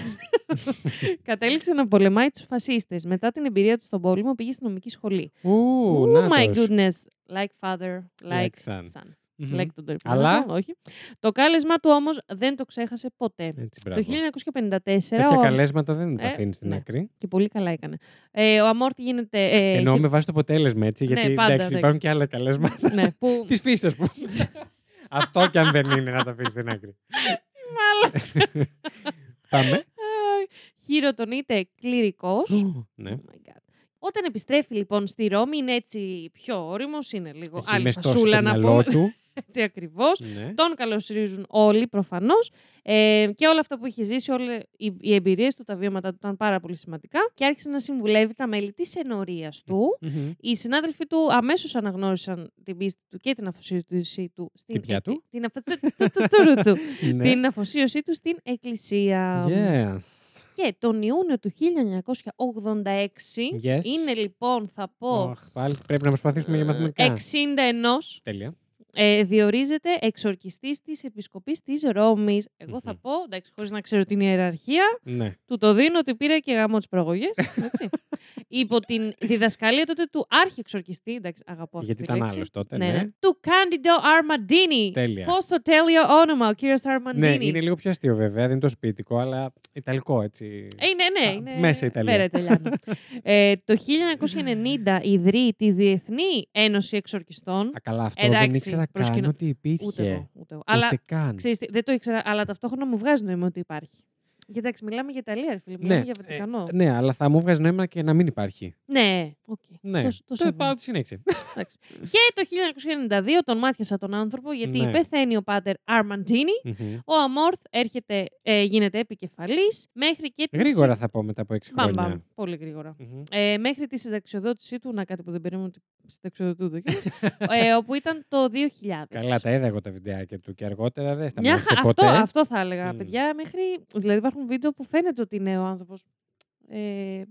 S2: κατέληξε να πολεμάει τους φασίστες. Μετά την εμπειρία του στον πόλεμο πήγε στην νομική σχολή.
S1: Ου,
S2: Oh my
S1: νάτος.
S2: goodness. Like father, like,
S1: Like son.
S2: son.
S1: Μμμ.
S2: Like τον Τόρι
S1: Αλλά-
S2: Παναγό, Όχι. Το κάλεσμα του όμως δεν το ξέχασε ποτέ.
S1: Έτσι,
S2: Το
S1: Ε, μπράβο.
S2: 1954.
S1: Τέτοια
S2: ο-
S1: καλέσματα δεν τα
S2: Ε,
S1: αφήνεις στην
S2: ναι.
S1: άκρη.
S2: Και πολύ καλά έκανε. Ε, ο Αμόρτι γίνεται. Ε,
S1: Ενώ
S2: χι-
S1: με βάση το αποτέλεσμα έτσι.
S2: Ναι,
S1: Γιατί
S2: πάντα,
S1: εντάξει,
S2: εντάξει.
S1: υπάρχουν και άλλα καλέσματα.
S2: ναι, που...
S1: Της φύσης, ας πούμε. Αυτό κι αν δεν είναι να τα αφήνεις στην άκρη. Πάμε.
S2: Χειροτονείται κληρικός.
S1: ναι.
S2: Oh my God. Όταν επιστρέφει λοιπόν στη Ρώμη, είναι έτσι πιο όριμος, είναι λίγο
S1: Έχει
S2: άλλη
S1: μεστό
S2: φασούλα
S1: στο
S2: να
S1: μυαλό
S2: πούμε.
S1: του.
S2: Έτσι ακριβώς.
S1: Ναι.
S2: Τον καλωσορίζουν όλοι προφανώς. Ε, και όλα αυτά που είχε ζήσει, όλε οι, οι εμπειρίε του, τα βίωματά του ήταν πάρα πολύ σημαντικά. Και άρχισε να συμβουλεύει τα μέλη της ενορίας του.
S1: Μμμ.
S2: Οι συνάδελφοί του αμέσως αναγνώρισαν την πίστη του και την αφοσίωσή του στην.
S1: Την ποια του?
S2: Την, αφο- του- του- του- του- του- του.
S1: Ναι.
S2: Την αφοσίωσή του στην Εκκλησία.
S1: Yes.
S2: Και τον Ιούνιο του 1986
S1: Yes.
S2: είναι λοιπόν, θα πω,
S1: Αχ, πάλι πρέπει να προσπαθήσουμε για μαθηματικά.
S2: 61
S1: Τέλεια.
S2: ε, διορίζεται εξορκιστής της Επισκοπής της Ρώμης. Εγώ θα
S1: Μμμ.
S2: πω, εντάξει, χωρίς να ξέρω την ιεραρχία,
S1: Ναι.
S2: του το δίνω ότι πήρε και γάμο τι προγωγέ. Υπό την διδασκαλία τότε του αρχιεξορκιστή. Εντάξει, αγαπώ αυτή
S1: Γιατί
S2: τη
S1: ήταν
S2: λέξη.
S1: άλλος τότε.
S2: Ναι,
S1: ναι.
S2: ναι. Του Κάντιντο Αρμαντίνη.
S1: Τέλεια.
S2: Πόσο τέλειο όνομα ο κύριος Αρμαντίνη.
S1: Ναι, είναι λίγο πιο αστείο βέβαια, δεν είναι το σπιτικό, αλλά ιταλικό έτσι.
S2: Ε, ναι, ναι,
S1: Α,
S2: είναι
S1: μέσα Ιταλία.
S2: Βέρα Ιταλιάνο. ε, το 1990 ιδρύει τη Διεθνή Ένωση Εξορκιστών.
S1: Α, καλά, αυτό δεν
S2: εντάξει,
S1: ήξερα καν
S2: προσκυνώ-
S1: ότι υπήρχε.
S2: Ούτε εγώ, ούτε εγώ.
S1: Ούτε
S2: Αλλά
S1: καν.
S2: Ξέρεις, τι, δεν το ήξερα, αλλά ταυτόχρονα μου βγάζει νόημα ότι υπάρχει. Γιατί εντάξει, μιλάμε για Ιταλία, ρε φίλε, μιλάμε για
S1: ε,
S2: Βατικανό.
S1: ναι, αλλά θα μου βγάζει νόημα και να μην υπάρχει.
S2: ναι, οκ.
S1: Ναι,
S2: Το, σ- το
S1: το
S2: σέβομαι.
S1: πάω τη συνέχιση.
S2: Εντάξει. και το 1992 τον μάτιασα τον άνθρωπο, γιατί
S1: Ναι.
S2: πεθαίνει ο πάτερ Αρμαντίνη.
S1: Μμμ.
S2: Ο Αμόρθ έρχεται, ε, γίνεται επικεφαλής, μέχρι και την...
S1: Γρήγορα θα πω μετά από 6
S2: συ- Μπαμ, μπαμ,
S1: χρόνια.
S2: πολύ γρήγορα.
S1: Μμμ.
S2: Ε, μέχρι τη συνταξιοδότησή του, να κάτι που δεν περίμενα ότι συνταξιοδοτούνται κιόλας, ε, όπου ήταν το 2000.
S1: Καλά, τα είδα εγώ τα βιντεάκια του και αργότερα δεν
S2: Μια χα-
S1: σταμάτησε
S2: αυτό, λοιπόν,
S1: ποτέ.
S2: αυτό θα έλεγα,
S1: Μμμ.
S2: παιδιά. Μέχρι... Δηλαδή υπάρχουν βίντεο που φαίνεται ότι είναι ο άνθρωπος. Ε,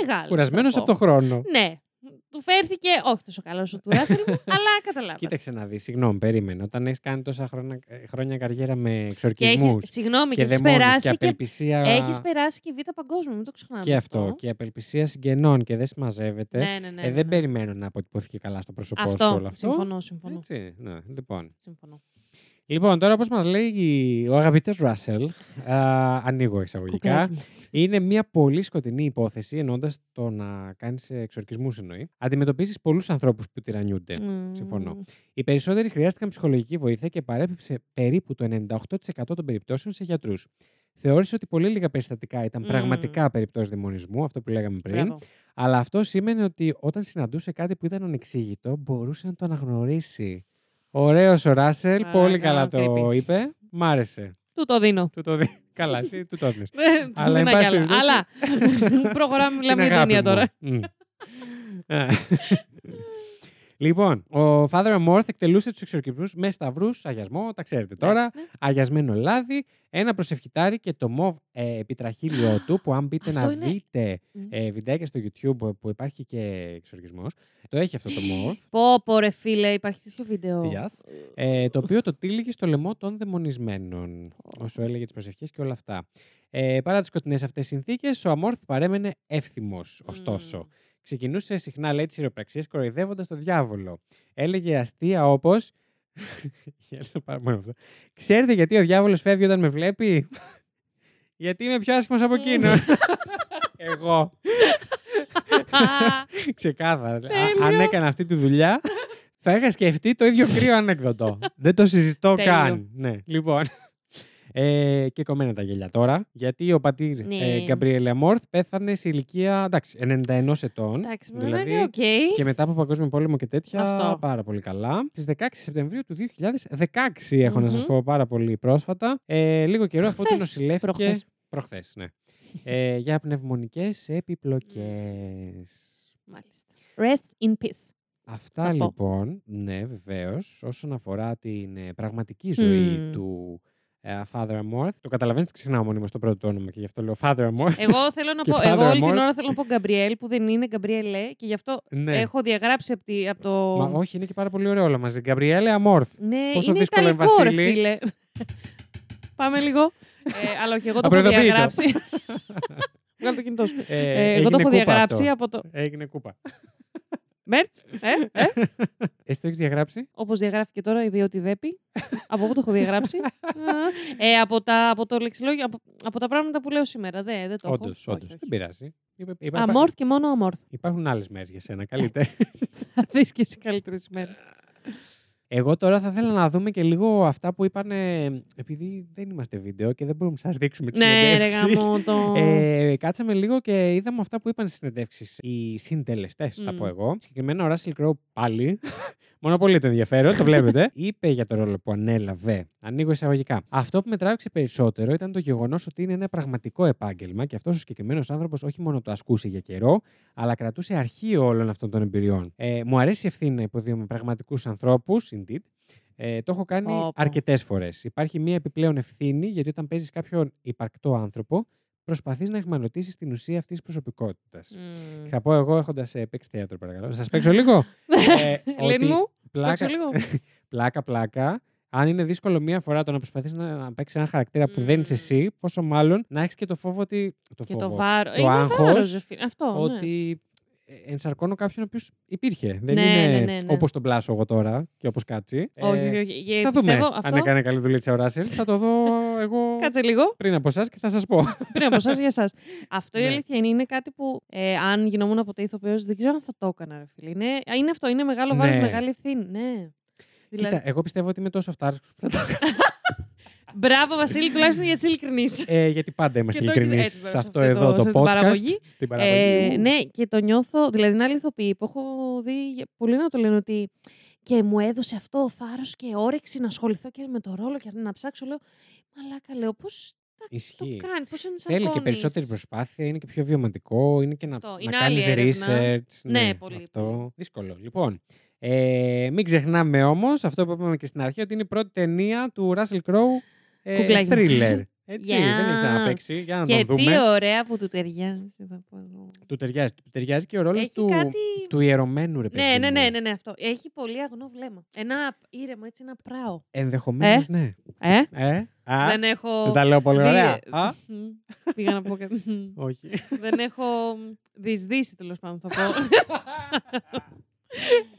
S2: μεγάλος.
S1: Κουρασμένος
S2: θα
S1: από
S2: πω.
S1: τον χρόνο.
S2: Ναι. Του φέρθηκε όχι τόσο καλός όσο του Ράσελ, μου, αλλά καταλάβατε.
S1: Κοίταξε να δεις, συγγνώμη, περίμενε. Όταν έχεις κάνει τόσα χρόνια, ε, χρόνια καριέρα με
S2: Και έχεις,
S1: εξορκισμούς
S2: συγγνώμη, και,
S1: και
S2: έχεις
S1: δαιμόνες και
S2: περάσει και,
S1: απελπισία.
S2: έχεις περάσει και β' παγκόσμιο, μην το ξεχνάμε.
S1: Και αυτό. Και απελπισία συγγενών και δεν συμμαζεύεται.
S2: Ναι, ναι, ναι.
S1: ε,
S2: ναι,
S1: δεν
S2: ναι.
S1: περιμένω να αποτυπωθεί καλά στο πρόσωπό σου όλο
S2: Αυτό.
S1: αυτό.
S2: Συμφωνώ, συμφωνώ.
S1: Έτσι, ναι, λοιπόν.
S2: συμφωνώ.
S1: λοιπόν, τώρα όπως μας λέει η- ο αγαπητός Ράσελ, α, ανοίγω εισαγωγικά,
S2: Κουκλάκι μου.
S1: είναι μια πολύ σκοτεινή υπόθεση, ενώντας το να κάνεις εξορκισμούς εννοεί. Αντιμετωπίζεις πολλούς ανθρώπους που τυραννιούνται.
S2: Μμμ.
S1: Ε, συμφωνώ. Οι περισσότεροι χρειάστηκαν ψυχολογική βοήθεια και παρέπεψε περίπου το 98% των περιπτώσεων σε γιατρούς. Θεώρησε ότι πολύ λίγα περιστατικά ήταν
S2: Μμμ.
S1: πραγματικά περιπτώσεις δημονισμού, αυτό που λέγαμε πριν.
S2: Μπράβο.
S1: Αλλά αυτό σήμαινε ότι όταν συναντούσε κάτι που ήταν ανεξήγητο, μπορούσε να το αναγνωρίσει. Ωραίος ο Ράσελ,
S2: Άρα,
S1: πολύ καλά
S2: καλά,
S1: το
S2: creepy.
S1: είπε. Μ' άρεσε.
S2: Του το δίνω.
S1: Του το δι- καλά, εσύ του το δίνεις.
S2: Δεν
S1: Αλλά,
S2: αλλά,
S1: εν πάση περιπτώσει,
S2: αλλά προχωράμε,
S1: Την
S2: μιλάμε για
S1: αγάπη
S2: ταινία
S1: μου.
S2: τώρα.
S1: Μμ. Λοιπόν, ο Father Amorth εκτελούσε τους εξορκυπρού με σταυρούς, αγιασμό, τα ξέρετε τώρα,
S2: Εντάξει, ναι.
S1: αγιασμένο λάδι, ένα προσευχητάρι και το μοβ ε, επιτραχύλιό του, που αν μπείτε να
S2: Αυτό είναι- Ναι.
S1: δείτε
S2: Μμμ.
S1: ε, βιντεάκια στο YouTube που- που υπάρχει και εξοργισμός, το έχει αυτό το μοβ.
S2: Πω, πω, ρε φίλε, υπάρχει τέτοιο βίντεο.
S1: Γεια σας. Ε, το οποίο το τύλιγε στο λαιμό των δαιμονισμένων, όσο έλεγε τις προσευχές και όλα αυτά. Ε, παρά τις σκοτεινέ αυτές συνθήκες, ο Αμόρθ παρέμενε εύθυμος, ωστόσο.
S2: Μμμ.
S1: Ξεκινούσε συχνά, λέει, τις χειροπραξίες κοροϊδεύοντας τον διάβολο. Έλεγε αστεία όπως. Γέλασα πάρα πολύ με αυτό. Ξέρετε γιατί ο διάβολος φεύγει όταν με βλέπει. γιατί είμαι πιο άσχημος από εκείνον. Εγώ. Ξεκάθαρα. Α- Αν
S2: Τέλειο.
S1: έκανα αυτή τη δουλειά, θα είχα σκεφτεί το ίδιο κρύο ανέκδοτο. Δεν το συζητώ
S2: Τέλειο.
S1: καν. Ναι, λοιπόν. Ε, και κομμένα τα γέλια τώρα. Γιατί ο πατήρ
S2: Ναι.
S1: ε, Γκαμπριέλε Μόρθ πέθανε σε ηλικία εντάξει, 91 ετών.
S2: Εντάξει, με
S1: δηλαδή,
S2: δηλαδή, οκ.
S1: και μετά από Παγκόσμιο Πόλεμο και τέτοια.
S2: Αυτό.
S1: Πάρα πολύ καλά. Στις 16 Σεπτεμβρίου του 2016, έχω να σας
S2: Μμμ.
S1: πω πάρα πολύ πρόσφατα. Ε, λίγο καιρό αφού ότι
S2: Χθες,
S1: νοσηλεύτηκε.
S2: προχθές.
S1: προχθές, ναι. ε, για πνευμονικές επιπλοκές.
S2: Μάλιστα. Rest in peace.
S1: Αυτά
S2: Θα πω.
S1: λοιπόν, ναι, βεβαίως, όσον αφορά την ε, πραγματική ζωή
S2: Μμμ.
S1: του ε, Father Amorth. Το καταλαβαίνετε ότι ξεχνάω μόνιμα στο πρώτο το όνομα και γι' αυτό λέω Father Amorth.
S2: Εγώ θέλω να
S1: Και
S2: πω.
S1: father
S2: Εγώ όλη την
S1: amor.
S2: ώρα θέλω να πω Γκαμπριέλ που δεν είναι Γκαμπριέλε και γι' αυτό
S1: ναι.
S2: έχω διαγράψει από τη- από το.
S1: Μα όχι, είναι και πάρα πολύ ωραίο όλα μαζί. Γκαμπριέλε Amorth.
S2: Ναι,
S1: Πόσο
S2: είναι
S1: δύσκολο είναι,
S2: ιταλικό, ρε
S1: Βασίλη.
S2: φίλε. Πάμε λίγο. ε, αλλά όχι, εγώ το έχω
S1: Απροειδοποιητό.
S2: διαγράψει. Βγάλω το κινητό σου.
S1: Ε,
S2: Ε, εγώ
S1: έγινε
S2: το
S1: κούπα
S2: έχω διαγράψει
S1: αυτό.
S2: από το.
S1: Έγινε κούπα.
S2: Μέρτ, ε, ε,
S1: Εσύ το έχεις διαγράψει.
S2: όπως διαγράφει και τώρα, διότι δέπει. από εγώ το έχω διαγράψει. ε, από, τα, από το λεξιλόγιο, από, από τα πράγματα που λέω σήμερα. Δε, δεν το
S1: Όντω,
S2: έχω.
S1: όντω. Δεν πειράζει. Υπά- υπά-
S2: Αμόρθ και μόνο αμόρθ.
S1: Υπάρχουν άλλες μέρες για σένα. Καλύτερα.
S2: Θα δεις και εσύ καλύτερες μέρες.
S1: Εγώ τώρα θα ήθελα να δούμε και λίγο αυτά που είπαν. ε, Επειδή δεν είμαστε βίντεο και δεν μπορούμε να σας δείξουμε τις
S2: ναι, ρε
S1: συνεντεύξεις.
S2: γαμό το.
S1: Ε, κάτσαμε λίγο και είδαμε αυτά που είπαν στι συνεντεύξεις οι συντελεστές, θα
S2: Μμμ.
S1: πω εγώ. Συγκεκριμένα ο Ράσιλ Κρόου πάλι. Μόνο πολύ το ενδιαφέρον, το βλέπετε. είπε για το ρόλο που ανέλαβε. Ανοίγω εισαγωγικά. Αυτό που με τράβηξε περισσότερο ήταν το γεγονός ότι είναι ένα πραγματικό επάγγελμα και αυτός ο συγκεκριμένος άνθρωπος όχι μόνο το ασκούσε για καιρό, αλλά κρατούσε αρχείο όλων αυτών των εμπειριών. Ε, μου αρέσει η ευθύνη να υποδίω με πραγματικούς ανθρώπους, indeed. Ε, το έχω κάνει
S2: Πω, πω.
S1: αρκετές φορές. Υπάρχει μία επιπλέον ευθύνη, γιατί όταν παίζεις κάποιον υπαρκτό άνθρωπο, προσπαθείς να εχμαλωτήσεις την ουσία αυτής της προσωπικότητας.
S2: Μμμ.
S1: Θα πω εγώ έχοντας παίξει θέατρο, παρακαλώ. Να σας παίξω λίγο. ε,
S2: Ελένη
S1: ότι
S2: μου,
S1: πλάκα, Ε,
S2: παίξω λίγο.
S1: πλάκα, πλάκα. Αν είναι δύσκολο μία φορά το να προσπαθείς να, να παίξεις ένα χαρακτήρα που δεν είσαι
S2: Μμμ.
S1: εσύ, πόσο μάλλον να έχεις και το φόβο ότι. Το
S2: Και
S1: φόβο.
S2: το βάρο.
S1: Το
S2: είναι
S1: άγχος
S2: βάρος, ρε φίλε. Αυτό. ναι.
S1: ότι ε, ενσαρκώνω κάποιον ο οποίος υπήρχε. Δεν
S2: Ναι,
S1: είναι
S2: ναι, ναι, ναι.
S1: όπως τον πλάσω εγώ τώρα και όπως κάτσι.
S2: Όχι,
S1: Ε,
S2: όχι, όχι. Ε,
S1: θα δούμε
S2: πιστεύω
S1: αν
S2: αυτό.
S1: έκανε καλή δουλειά τη Ράσελ. Θα το δω εγώ
S2: Κάτσε λίγο
S1: πριν από εσάς και θα σας πω.
S2: πριν από εσάς για εσάς. Αυτό η
S1: Ναι.
S2: αλήθεια είναι, είναι κάτι που ε, αν γινόμουν ποτέ ηθοποιός, δεν ξέρω αν θα το έκανα, ρε φίλε. Είναι, είναι αυτό, είναι μεγάλο βάρος,
S1: Ναι.
S2: μεγάλη ευθύνη. Ναι. Δηλαδή,
S1: Κοίτα, εγώ πιστεύω ότι είμαι τόσο αυτάρκο που θα τα
S2: μπράβο, Βασίλη, τουλάχιστον για τις ειλικρινείς.
S1: ε, γιατί πάντα είμαστε
S2: Και το έχεις
S1: ειλικρινείς
S2: έτσι τώρα,
S1: σε
S2: σε
S1: αυτό
S2: αυτό
S1: εδώ
S2: το-
S1: το,
S2: σε την
S1: podcast.
S2: παραγωγή.
S1: Την παραγωγή.
S2: Ε,
S1: Ου.
S2: ναι, και το νιώθω. Δηλαδή, είναι άλλοι ηθοποιοί που έχω δει για- πολλοί να το λένε ότι. Και μου έδωσε αυτό θάρρος και όρεξη να ασχοληθώ και με το ρόλο και να ψάξω. Λέω, Μαλάκα, λέω, πώς το
S1: Ισχύει.
S2: κάνεις, πώς είναι σαν
S1: Θέλει και περισσότερη προσπάθεια, είναι και πιο βιωματικό, είναι και να,
S2: Αυτό.
S1: να
S2: Είναι άλλη
S1: κάνει
S2: έρευνα.
S1: research.
S2: Ναι, πολύ,
S1: Αυτό.
S2: πολύ.
S1: Δύσκολο. Λοιπόν, ε, μην ξεχνάμε όμως αυτό που είπαμε και στην αρχή, ότι είναι η πρώτη ταινία του Russell Crowe ε,
S2: Κουκλάκι.
S1: thriller. Έτσι, δεν έχει
S2: Yes.
S1: ξαναπέξει. Για να
S2: Και
S1: τον δούμε.
S2: τι ωραία που του ταιριάζει. θα πω εγώ.
S1: Του ταιριάζει. Του ταιριάζει και ο ρόλος
S2: Έχει
S1: του,
S2: κάτι.
S1: του ιερωμένου, ρε παιδί.
S2: Ναι, ναι,
S1: μου.
S2: ναι, ναι, ναι, αυτό. Έχει πολύ αγνό βλέμμα. Ένα ήρεμο, έτσι, ένα πράο.
S1: Ενδεχομένως, ναι.
S2: Ε,
S1: Ε, α,
S2: δεν έχω.
S1: δεν τα λέω πολύ
S2: δι-
S1: ωραία. Α,
S2: Μμμ. Πήγα να πω κάτι.
S1: όχι.
S2: Δεν έχω δυσδύσει τέλος πάντων, θα πω.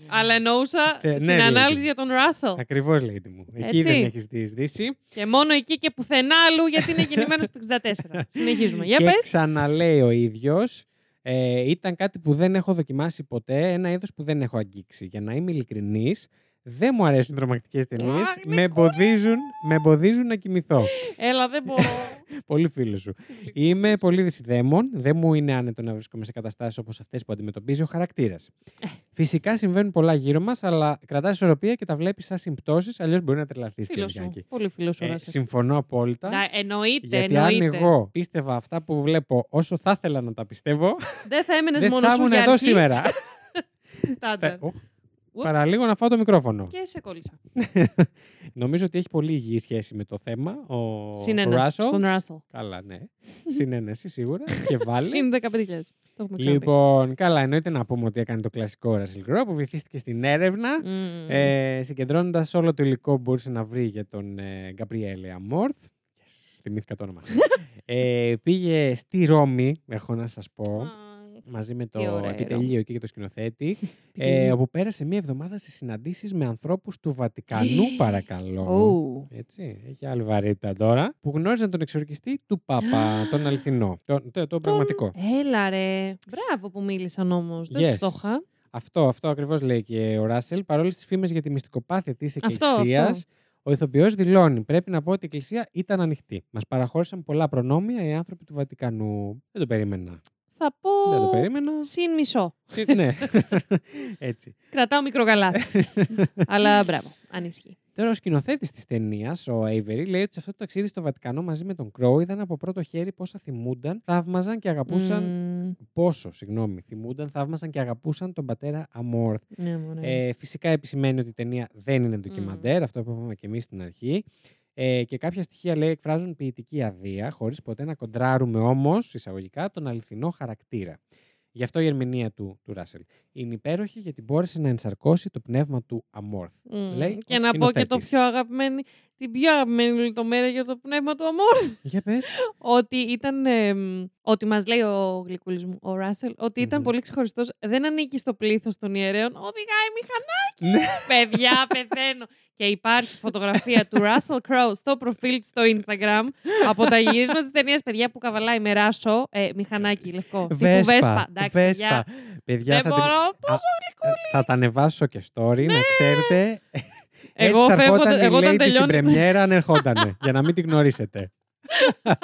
S2: Αλλά εννοούσα
S1: Ε, ναι,
S2: στην
S1: ρε,
S2: ανάλυση
S1: παιδί.
S2: για τον Ράσελ.
S1: Ακριβώς, lady μου. Εκεί
S2: Έτσι.
S1: δεν έχεις διεισδύσει.
S2: Και μόνο εκεί και πουθενά αλλού, γιατί είναι γεννημένος το 64. Συνεχίζουμε. Για
S1: και
S2: πες.
S1: ξαναλέει ο ίδιος. Ε, ήταν κάτι που δεν έχω δοκιμάσει ποτέ, ένα είδος που δεν έχω αγγίξει. Για να είμαι ειλικρινής, δεν μου αρέσουν τρομακτικές ταινίες.
S2: Αχ, με
S1: Με, εμποδίζουν- με εμποδίζουν να κοιμηθώ.
S2: Έλα, δεν μπορώ.
S1: πολύ φίλος σου. Είμαι πολύ δυσυδαίμων. Δεν μου είναι άνετο να βρίσκομαι σε καταστάσεις όπως αυτές που αντιμετωπίζει ο χαρακτήρας. Φυσικά συμβαίνουν πολλά γύρω μας, αλλά κρατάς ισορροπία και τα βλέπεις σαν συμπτώσεις, αλλιώς μπορεί να τρελαθείς και
S2: Φίλος σου. Πολύ φίλος σου,
S1: Ε,
S2: Ράσελ.
S1: συμφωνώ απόλυτα.
S2: Να, εννοείται,
S1: Γιατί αν
S2: Ε, εννοείται.
S1: εγώ πίστευα αυτά που βλέπω όσο θα ήθελα να τα πιστεύω,
S2: Δεν θα έμενες
S1: δεν
S2: μόνος
S1: θα
S2: σου
S1: ήμουν
S2: για
S1: εδώ
S2: αρχή.
S1: σήμερα.
S2: Στάνταρ.
S1: Οχ,
S2: Whoops.
S1: Παραλίγο να φάω το μικρόφωνο.
S2: Και σε κόλλησα.
S1: Νομίζω ότι έχει πολύ υγιή σχέση με το θέμα. Ο
S2: Συνένα.
S1: Russell.
S2: Στον Russell.
S1: Καλά, ναι. Συνένεση σίγουρα. και βάλει.
S2: Συν 15.000. Το έχουμε ξαναπεί.
S1: λοιπόν, καλά, εννοείται να πούμε ότι έκανε το κλασικό Russell Crowe που βυθίστηκε στην έρευνα.
S2: Μμμ.
S1: Ε, Συγκεντρώνοντας όλο το υλικό που μπορούσε να βρει για τον ε, Γκαμπριέλε Αμόρθ. Yes, θυμήθηκα το όνομα. ε, πήγε στη Ρώμη, έχω να σας πω,
S2: Α,
S1: μαζί με
S2: τι
S1: το
S2: ωραία η
S1: επιτελείο εκεί και το σκηνοθέτη, ε,
S2: Επιτελείο.
S1: όπου πέρασε μία εβδομάδα σε συναντήσεις με ανθρώπους του Βατικανού, παρακαλώ.
S2: ου.
S1: Έτσι, έχει άλλη βαρύτητα τώρα. Που γνώριζαν τον εξορκιστή του Πάπα, τον αληθινό. Το, το, το πραγματικό.
S2: Έλα ρε. Μπράβο που μίλησαν όμως. Δεν
S1: Yes.
S2: τους το είχα.
S1: Αυτό, αυτό ακριβώς λέει και ο Ράσελ. Παρόλες τις φήμες για τη μυστικοπάθεια της
S2: Αυτό,
S1: Εκκλησία,
S2: αυτό.
S1: ο ηθοποιός δηλώνει: Πρέπει να πω ότι η Εκκλησία ήταν ανοιχτή. Μας παραχώρησαν πολλά προνόμια οι άνθρωποι του Βατικανού. Δεν το περίμενα.
S2: Θα πω.
S1: Δεν Ναι, το περίμενα.
S2: Συν μισό.
S1: Τι- ναι. Έτσι.
S2: Κρατάω μικρό γαλάτι. Αλλά μπράβο. Ανίσχυει.
S1: Τώρα, ο σκηνοθέτης της ταινίας, ο Avery, λέει ότι σε αυτό το ταξίδι στο Βατικανό μαζί με τον Κρόου είδαν από πρώτο χέρι πόσα θυμούνταν, θαύμαζαν και αγαπούσαν.
S2: Μμμ.
S1: Πόσο, συγγνώμη, θυμούνταν, θαύμαζαν και αγαπούσαν τον πατέρα Αμόρθ.
S2: Ναι, μωρέ.
S1: Ε, φυσικά επισημαίνει ότι η ταινία δεν είναι ντοκιμαντέρ, αυτό που είπαμε και εμείς στην αρχή. Ε, και κάποια στοιχεία λέει εκφράζουν ποιητική αδεία, χωρίς ποτέ να κοντράρουμε όμως, εισαγωγικά, τον αληθινό χαρακτήρα. Γι' αυτό η ερμηνεία του, του Ράσελ είναι υπέροχη γιατί μπόρεσε να ενσαρκώσει το πνεύμα του Αμόρθ.
S2: Μμμ.
S1: λέει
S2: και
S1: ο
S2: να πω και το
S1: σκηνοθέτης.
S2: πιο αγαπημένη, την πιο αγαπημένη λεπτομέρεια για το πνεύμα του αμόρ.
S1: Για πες.
S2: ότι ήταν. εμ, ότι μας λέει ο γλυκούλης μου, ο Ράσελ, ότι ήταν
S1: Μμμ.
S2: πολύ ξεχωριστός. Δεν ανήκει στο πλήθος των ιερέων. Οδηγάει
S1: Ναι.
S2: μηχανάκι. Παιδιά, πεθαίνω. Και υπάρχει φωτογραφία του Russell Crowe στο προφίλ του στο Instagram από τα γυρίσματα της ταινίας Παιδιά που καβαλάει με ράσο. ε, μηχανάκι λευκό. τύπου Βέσπα. Εντάξει, παιδιά,
S1: Παιδιά, θα,
S2: Δεν
S1: την-
S2: μπορώ.
S1: Α,
S2: Πόσο
S1: θα τα ανεβάσω και story, να ξέρετε.
S2: Εγώ
S1: Έτσι θα
S2: φεύγω-
S1: ερχόταν η
S2: εγώ όταν
S1: Lady Στην
S2: τελειώνω-
S1: πρεμιέρα αν ερχόντανε, για να μην την γνωρίσετε.
S2: γλυκό.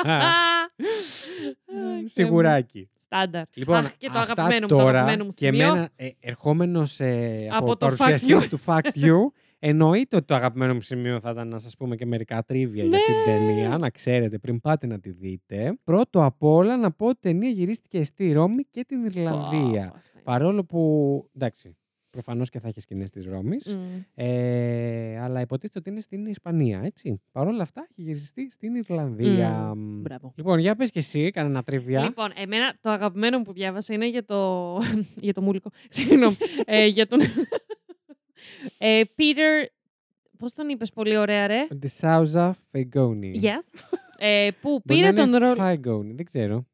S1: Σιγουράκι.
S2: Στάνταρ.
S1: Λοιπόν,
S2: Αχ, και το
S1: αυτά
S2: αγαπημένο μου, το
S1: τώρα
S2: αγαπημένο μου
S1: και
S2: σημείο.
S1: εμένα, ε, ερχόμενος ε, από,
S2: Από το
S1: παρουσιαστής
S2: Fact You.
S1: του Fact You, εννοείται ότι το αγαπημένο μου σημείο θα ήταν να σας πούμε και μερικά τρίβια
S2: Ναι.
S1: για αυτή την ταινία, να ξέρετε πριν πάτε να τη δείτε. Πρώτο απ' όλα να πω ότι η ταινία γυρίστηκε στη Ρώμη και την Ιρλανδία.
S2: Πω, πω, αυτά
S1: Παρόλο που, εντάξει, προφανώς και θα έχεις σκηνές της Ρώμης,
S2: είναι. Μμ.
S1: ε, αλλά υποτίθεται ότι είναι στην Ισπανία, έτσι. Παρ' όλα αυτά έχει γυριστεί στην Ιρλανδία.
S2: Μπράβο.
S1: Λοιπόν, για πες και εσύ, κανένα τρίβια.
S2: Λοιπόν, εμένα το αγαπημένο μου που διάβασα είναι για το. για το μούλικο. Συγγνώμη. ε, για τον. ε, Peter. Πώς τον είπες πολύ ωραία, ρε.
S1: Τη Σάουζα Φεγγόνη.
S2: Yes. ε, που
S1: Ναι. Μπορεί
S2: πήρε
S1: να
S2: τον
S1: είναι
S2: ρόλο.
S1: Φεγγόνη, δεν ξέρω.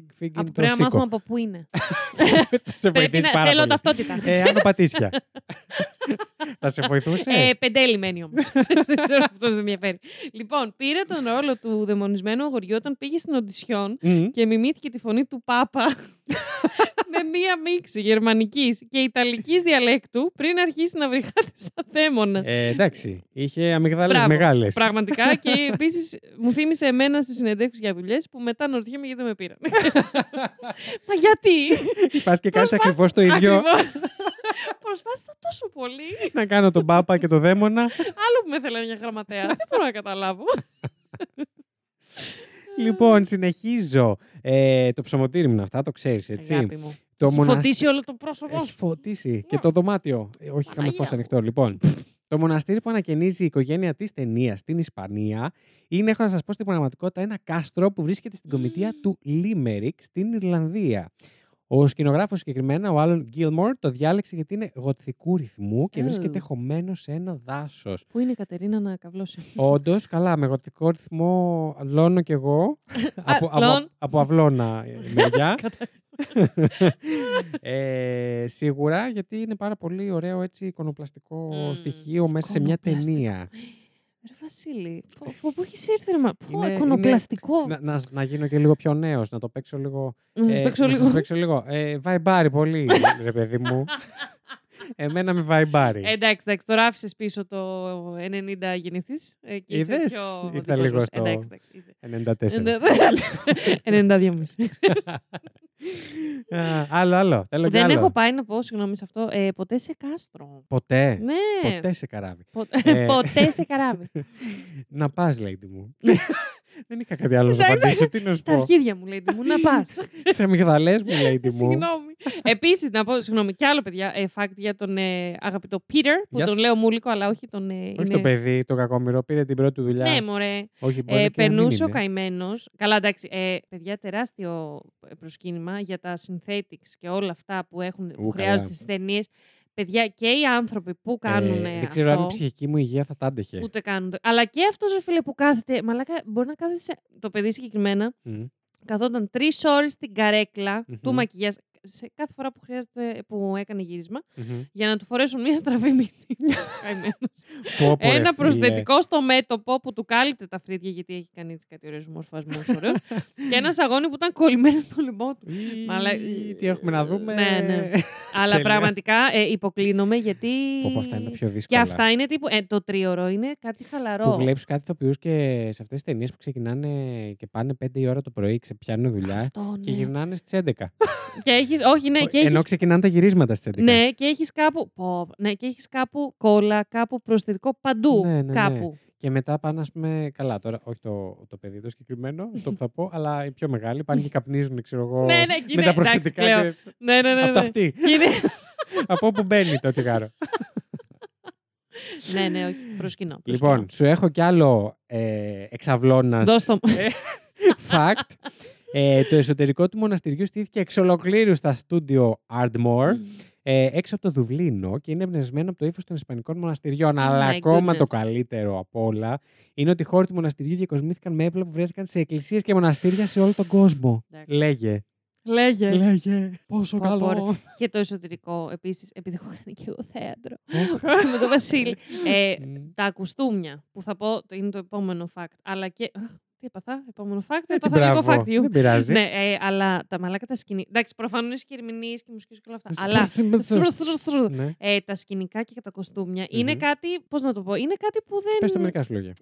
S1: Φιγ, φιγ είναι
S2: Από
S1: το
S2: πρέπει να
S1: σίκο.
S2: μάθουμε από πού είναι.
S1: Θα σε
S2: πρέπει
S1: βοηθήσει
S2: να.
S1: πάρα
S2: Θέλω
S1: πολύ.
S2: ταυτότητα.
S1: Ε, Άνω Πατήσια. Θα σε
S2: Ε,
S1: βοηθούσε.
S2: πεντέλη μένει όμως. δεν ξέρω αν αυτός δεν ενδιαφέρει. Λοιπόν, πήρε τον ρόλο του δαιμονισμένου αγοριού όταν πήγε στην Οντισιόν
S1: Μμ.
S2: και μιμήθηκε τη φωνή του Πάπα με μία μίξη γερμανικής και ιταλικής διαλέκτου πριν αρχίσει να βρυχάται σαν δαίμονας.
S1: Ε, εντάξει, είχε αμυγδάλες
S2: Μπράβο.
S1: μεγάλες.
S2: Πραγματικά και επίσης μου θύμισε εμένα στις συνεντεύξεις για δουλειές που μετά αναρωτιέμαι γιατί δεν με πήραν. Μα γιατί!
S1: Πας και κάνεις ακριβώς το ίδιο
S2: Ακριβώς. Προσπάθησα τόσο πολύ.
S1: να κάνω τον Πάπα και τον Δαίμονα.
S2: Άλλο που με θέλανε για γραμματέα. Δεν μπορώ να καταλάβω.
S1: Λοιπόν, συνεχίζω. Ε, το ψωμοτήρι μου είναι αυτά, το ξέρεις, έτσι.
S2: Αγάπη μου.
S1: Το
S2: Έχει
S1: μοναστήρι-
S2: Φωτίσει όλο το πρόσωπό
S1: Έχει
S2: σου.
S1: φωτίσει. Και
S2: Ναι.
S1: το δωμάτιο. Ε, όχι, είχαμε
S2: Παναγία
S1: φω
S2: μου.
S1: ανοιχτό. Λοιπόν, το μοναστήρι που ανακαινίζει η οικογένεια της ταινίας στην Ισπανία είναι, έχω να σας πω στην πραγματικότητα, ένα κάστρο που βρίσκεται στην κομιτεία του Λίμερικ στην Ιρλανδία. Ο σκηνογράφος συγκεκριμένα, ο Άλλον Γκίλμορ, το διάλεξε γιατί είναι γοτθικού ρυθμού και
S2: Oh.
S1: βρίσκεται χωμένο σε ένα δάσος.
S2: Πού είναι η Κατερίνα να καβλώσει.
S1: Όντως, καλά, με γοτθικό ρυθμό λώνω κι εγώ. από, από,
S2: λών.
S1: από αυλώνα ε, μεριά. ε, σίγουρα, γιατί είναι πάρα πολύ ωραίο έτσι εικονοπλαστικό
S2: Μμμ.
S1: στοιχείο μέσα σε μια
S2: Εικονοπλαστικό.
S1: ταινία.
S2: Ρε Βασίλη, πο- πο- πού έχεις έρθει ρε μα, πω,
S1: Είναι-
S2: εικονοπλαστικό.
S1: Να, να, να γίνω και λίγο πιο νέος, να το παίξω λίγο.
S2: Να σας
S1: ε,
S2: παίξω
S1: να σας
S2: λίγο.
S1: παίξω λίγο. Ε, βαϊμπάρει πολύ, ρε παιδί μου. Εμένα με βαϊμπάρει.
S2: Ε, εντάξει, εντάξει, τώρα άφησες πίσω το 90 γεννηθείς. Ε, και είσαι
S1: Είδες,
S2: πιο
S1: ήρθα
S2: δικός
S1: λίγο
S2: μας.
S1: στο-
S2: Εντάξει, εντάξει, είσαι. Ε,
S1: 94.
S2: ναι, 92 μισή.
S1: Α, άλλο, άλλο. Θέλω κι
S2: Δεν
S1: άλλο.
S2: έχω πάει να πω, συγγνώμη σε αυτό, ε, ποτέ σε κάστρο.
S1: Ποτέ.
S2: Ναι,
S1: Ε, Ποτέ σε καράβι.
S2: πο-
S1: Ε.
S2: ποτέ σε καράβι.
S1: Να πας, lady μου. Δεν είχα κάτι άλλο να σου
S2: Εντάξει.
S1: απαντήσω. Τι να σου
S2: Στα
S1: πω.
S2: αρχίδια μου, λέει, μου να πας.
S1: Σε αμυγδαλέ μου, lady μου.
S2: Συγγνώμη. Επίσης, να πω συγγνώμη κι άλλο, παιδιά, ε, fact για τον ε, αγαπητό Peter, που
S1: Γεια
S2: τον
S1: σας.
S2: λέω Μούλικο, αλλά όχι τον. Ε,
S1: Όχι το παιδί, το κακόμοιρο, πήρε την πρώτη δουλειά.
S2: Ναι, μωρέ.
S1: Όχι, μπορεί
S2: Ε,
S1: και να μην
S2: περνούσε ο
S1: είναι.
S2: καημένος. Καλά, εντάξει. Ε, παιδιά, τεράστιο ε, προσκύνημα για τα synthetics και όλα αυτά που, έχουν, που
S1: Ου, καλά.
S2: χρειάζονται στις ταινίες. Παιδιά και οι άνθρωποι που κάνουν.
S1: Ε,
S2: ε,
S1: δεν ξέρω αν
S2: αυτό.
S1: η ψυχική μου υγεία θα τα άντεχε.
S2: Ούτε κάνουν. το- Αλλά και αυτός ρε φίλε που κάθεται. Μαλάκα, μπορεί να κάθεσαι. Το παιδί συγκεκριμένα
S1: Μμ.
S2: καθόταν τρεις ώρες στην καρέκλα του
S1: Μμμ.
S2: μακιγιάς. Σε κάθε φορά που, χρειάζεται, που έκανε γύρισμα
S1: Μμμ.
S2: για να του φορέσουν μια στραβή μύτη. Καημένος.
S1: Πω, πω, ρε,
S2: Ένα
S1: φίλε. ε.
S2: προσθετικό στο μέτωπο που του κάλυπτε τα φρύδια γιατί έχει κάνει έτσι κάτι ωραίους μορφασμούς. και ένας σαγόνι που ήταν κολλημένος στο λαιμό του.
S1: Ή,
S2: Μαλα-
S1: Τι έχουμε να δούμε.
S2: Ναι, ναι. Αλλά
S1: Τέλεια.
S2: πραγματικά ε, υποκλίνομαι γιατί.
S1: Πω, πω, αυτά είναι τα πιο δύσκολα.
S2: Και αυτά είναι τύπου. ε, το τρίωρο είναι κάτι χαλαρό.
S1: Που βλέπεις κάτι ηθοποιού και σε αυτές τις ταινίες που ξεκινάνε και πάνε 5 η ώρα το πρωί, ξεπιάνουν δουλειά
S2: Αυτό, ναι.
S1: ε, και γυρνάνε στις 11.
S2: Και έχεις, όχι, ναι, και έχεις,
S1: Ενώ ξεκινάνε τα γυρίσματα στι 11.
S2: ναι, και έχεις κάπου, πω, ναι, και έχεις κάπου κόλλα, κάπου προσθετικό, παντού
S1: Ναι, ναι, ναι.
S2: κάπου.
S1: Και μετά πάνε, ας πούμε, καλά τώρα, όχι το, το παιδί το συγκεκριμένο, το που θα πω, αλλά οι πιο μεγάλοι πάνε και καπνίζουν, ξέρω εγώ.
S2: Ναι, ναι, και
S1: με
S2: είναι-
S1: τα
S2: εντάξει,
S1: προσθετικά
S2: κλαίω.
S1: και
S2: Ναι, ναι, ναι.
S1: από τα
S2: ναι.
S1: αυτή.
S2: Και είναι-
S1: από όπου μπαίνει το τσιγάρο.
S2: ναι, ναι, όχι, προσκυνώ. προσκυνώ.
S1: λοιπόν, σου έχω κι άλλο ε, εξαυλώνας
S2: Δώσ' το μου.
S1: fact. Ε, το εσωτερικό του μοναστηριού στήθηκε εξ ολοκλήρου στα στούντιο Ardmore ε, έξω από το Δουβλίνο και είναι εμπνευσμένο από το ύφος των Ισπανικών μοναστηριών. αλλά
S2: Oh my
S1: ακόμα το
S2: goodness.
S1: καλύτερο απ' όλα είναι ότι οι χώροι του μοναστηριού διακοσμήθηκαν με έπλα που βρέθηκαν σε εκκλησίες και μοναστήρια σε όλο τον κόσμο.
S2: Εντάξει.
S1: Λέγε.
S2: Λέγε.
S1: Λέγε. Πόσο
S2: Ναι. Πω, πω,
S1: καλό.
S2: Και το εσωτερικό, επίσης, επειδή έχω κάνει και εγώ θέατρο. με τον Βασίλη. ε,
S1: Μμ.
S2: τα ακουστούμια, που θα πω, το- είναι το επόμενο fact. Αλλά και... Αχ, τι έπαθα, επόμενο fact,
S1: Έτσι,
S2: έπαθα λίγο
S1: μπράβο.
S2: fact you.
S1: Δεν πειράζει.
S2: Ναι, ε, αλλά τα μαλάκα τα σκηνικά. Εντάξει, προφανώς είναι και ερμηνείε και μουσικές και όλα αυτά. Αλλά. στρου, στρου, στρου.
S1: Ναι.
S2: Ε, τα σκηνικά και τα κοστούμια είναι
S1: Μμμ.
S2: κάτι. Πώς να το πω, είναι κάτι που δεν.
S1: Πες το μερικά σου λόγια.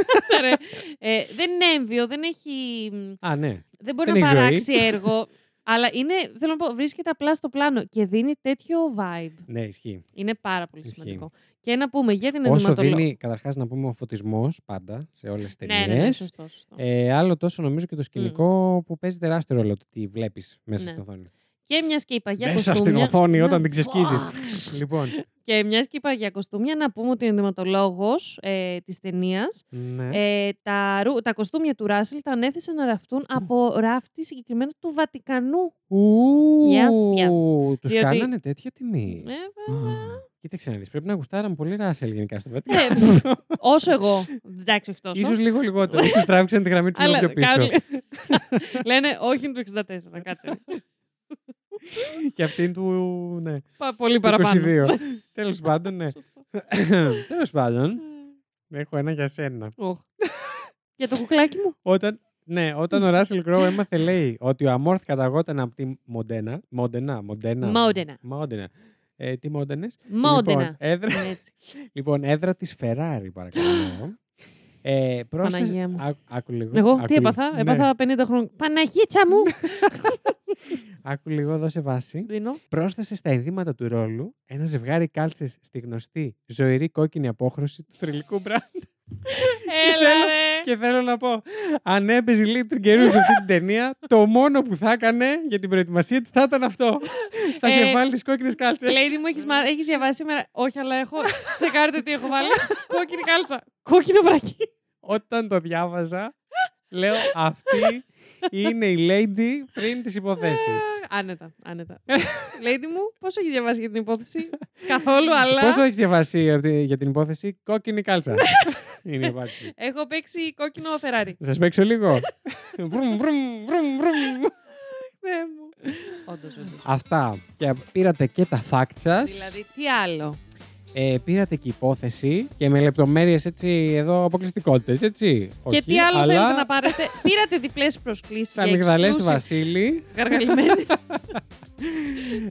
S2: Ρε, ε, δεν είναι έμβιο, δεν έχει.
S1: Α, ναι.
S2: Δεν μπορεί
S1: Δεν
S2: να
S1: έχει ζωή.
S2: παράξει έργο. αλλά είναι, θέλω να πω, βρίσκεται απλά στο πλάνο και δίνει τέτοιο vibe.
S1: Ναι, ισχύει.
S2: Είναι πάρα πολύ
S1: Ισχύει.
S2: σημαντικό. Και να πούμε για την
S1: Όσο
S2: ενδυματολόγο.
S1: δίνει, καταρχάς να πούμε ο φωτισμός πάντα σε όλες τις
S2: Ναι,
S1: ταινίε.
S2: ναι, ναι, σωστό, σωστό.
S1: Ε, άλλο τόσο νομίζω και το σκηνικό που παίζει τεράστιο ρόλο το τι βλέπεις μέσα
S2: Ναι.
S1: στην οθόνη.
S2: και μιας και η παγιά
S1: μέσα στην
S2: κοστούμια-
S1: οθόνη όταν
S2: Ναι.
S1: την ξεσκίζεις. λοιπόν.
S2: Και μιας και είπα για κοστούμια, να πούμε ότι ο ενδυματολόγος ε, της ταινίας
S1: Ναι.
S2: Ε, τα, ρου- τα κοστούμια του Ράσελ τα ανέθεσε να ραφτούν από ραφτή συγκεκριμένα του Βατικανού.
S1: Ου,
S2: yes, yes.
S1: Τους
S2: Διότι-
S1: κάνανε τέτοια τιμή.
S2: Ε,
S1: Α, Κοίταξε να δεις, πρέπει να γουστάραμε πολύ Ράσελ γενικά στο Βατικανό.
S2: ε, όσο εγώ. Εντάξει, όχι τόσο.
S1: Ίσως λίγο λιγότερο. Ίσως τράβηξαν τη γραμμή τους λίγο πιο πίσω.
S2: κάποιοι- Λένε όχι είναι του 64, κάτσε.
S1: Και αυτήν του... Ναι,
S2: Πα- Πολύ
S1: του
S2: παραπάνω.
S1: 22. Τέλος πάντων, ναι.
S2: Σωστό. Ε,
S1: Τέλος πάντων, έχω ένα για σένα.
S2: Οχ. Για το κουκλάκι μου.
S1: Όταν, ναι, όταν ο Ράσελ Κρόου έμαθε, λέει ότι ο Αμόρθ καταγόταν από τη Μοντένα. Μοντένα, Μοντένα.
S2: Μόντενα.
S1: Μόντενα. Ε, τι Μόντενες. Λοιπόν,
S2: Μόντενα.
S1: έδρα,
S2: Είναι έτσι.
S1: λοιπόν, έδρα της Φεράρι, παρακαλώ. ε, πρόσθεσε-
S2: Παναγία μου.
S1: Άκου- άκου λίγο.
S2: Εγώ
S1: άκου
S2: τι
S1: λίγο.
S2: έπαθα,
S1: Ναι,
S2: έπαθα 50 χρόνια. Παναγίτσα μου!
S1: Άκου λίγο, δώσε βάση.
S2: Δίνω.
S1: Πρόσθεσε στα ενδύματα του ρόλου ένα ζευγάρι κάλτσες στη γνωστή ζωηρή κόκκινη απόχρωση του θρηλυκού μπραντ.
S2: Έλα ρε!
S1: Και θέλω να πω, αν έπαιζε λίγο τριγκερού σε αυτή την ταινία, το μόνο που θα έκανε για την προετοιμασία της θα ήταν αυτό. θα είχε
S2: Ε,
S1: βάλει τις κόκκινες κάλτσες.
S2: Lady μου, έχεις, μα... έχεις διαβάσει σήμερα. Όχι, αλλά έχω. Τσεκάρετε τι έχω βάλει. Κόκκινη κάλτσα. Κόκκινο βρακί.
S1: Όταν το διάβαζα, λέω αυτή είναι η lady πριν τις υποθέσεις.
S2: Ε, άνετα, άνετα. Lady μου, πόσο έχει διαβάσει για την υπόθεση. Καθόλου, αλλά.
S1: Πόσο έχει διαβάσει απ' τη- για την υπόθεση, κόκκινη κάλτσα. είναι η απάντηση.
S2: Έχω παίξει κόκκινο Φεράρι.
S1: Να σα παίξω λίγο. Βρουμ, βρουμ, βρουμ, βρουμ. Ναι,
S2: Θεέ μου. Όντως, όντως.
S1: Αυτά. Και πήρατε και τα fact σας.
S2: Δηλαδή, τι άλλο.
S1: ε, πήρατε και υπόθεση και με λεπτομέρειες έτσι εδώ αποκλειστικότητες, έτσι.
S2: και τι άλλο
S1: αλλά
S2: θέλετε να πάρετε. Πήρατε διπλές προσκλήσεις.
S1: Σαν
S2: για
S1: αμυγδαλές του
S2: exclusive
S1: Βασίλη,
S2: Γαργαλημένες.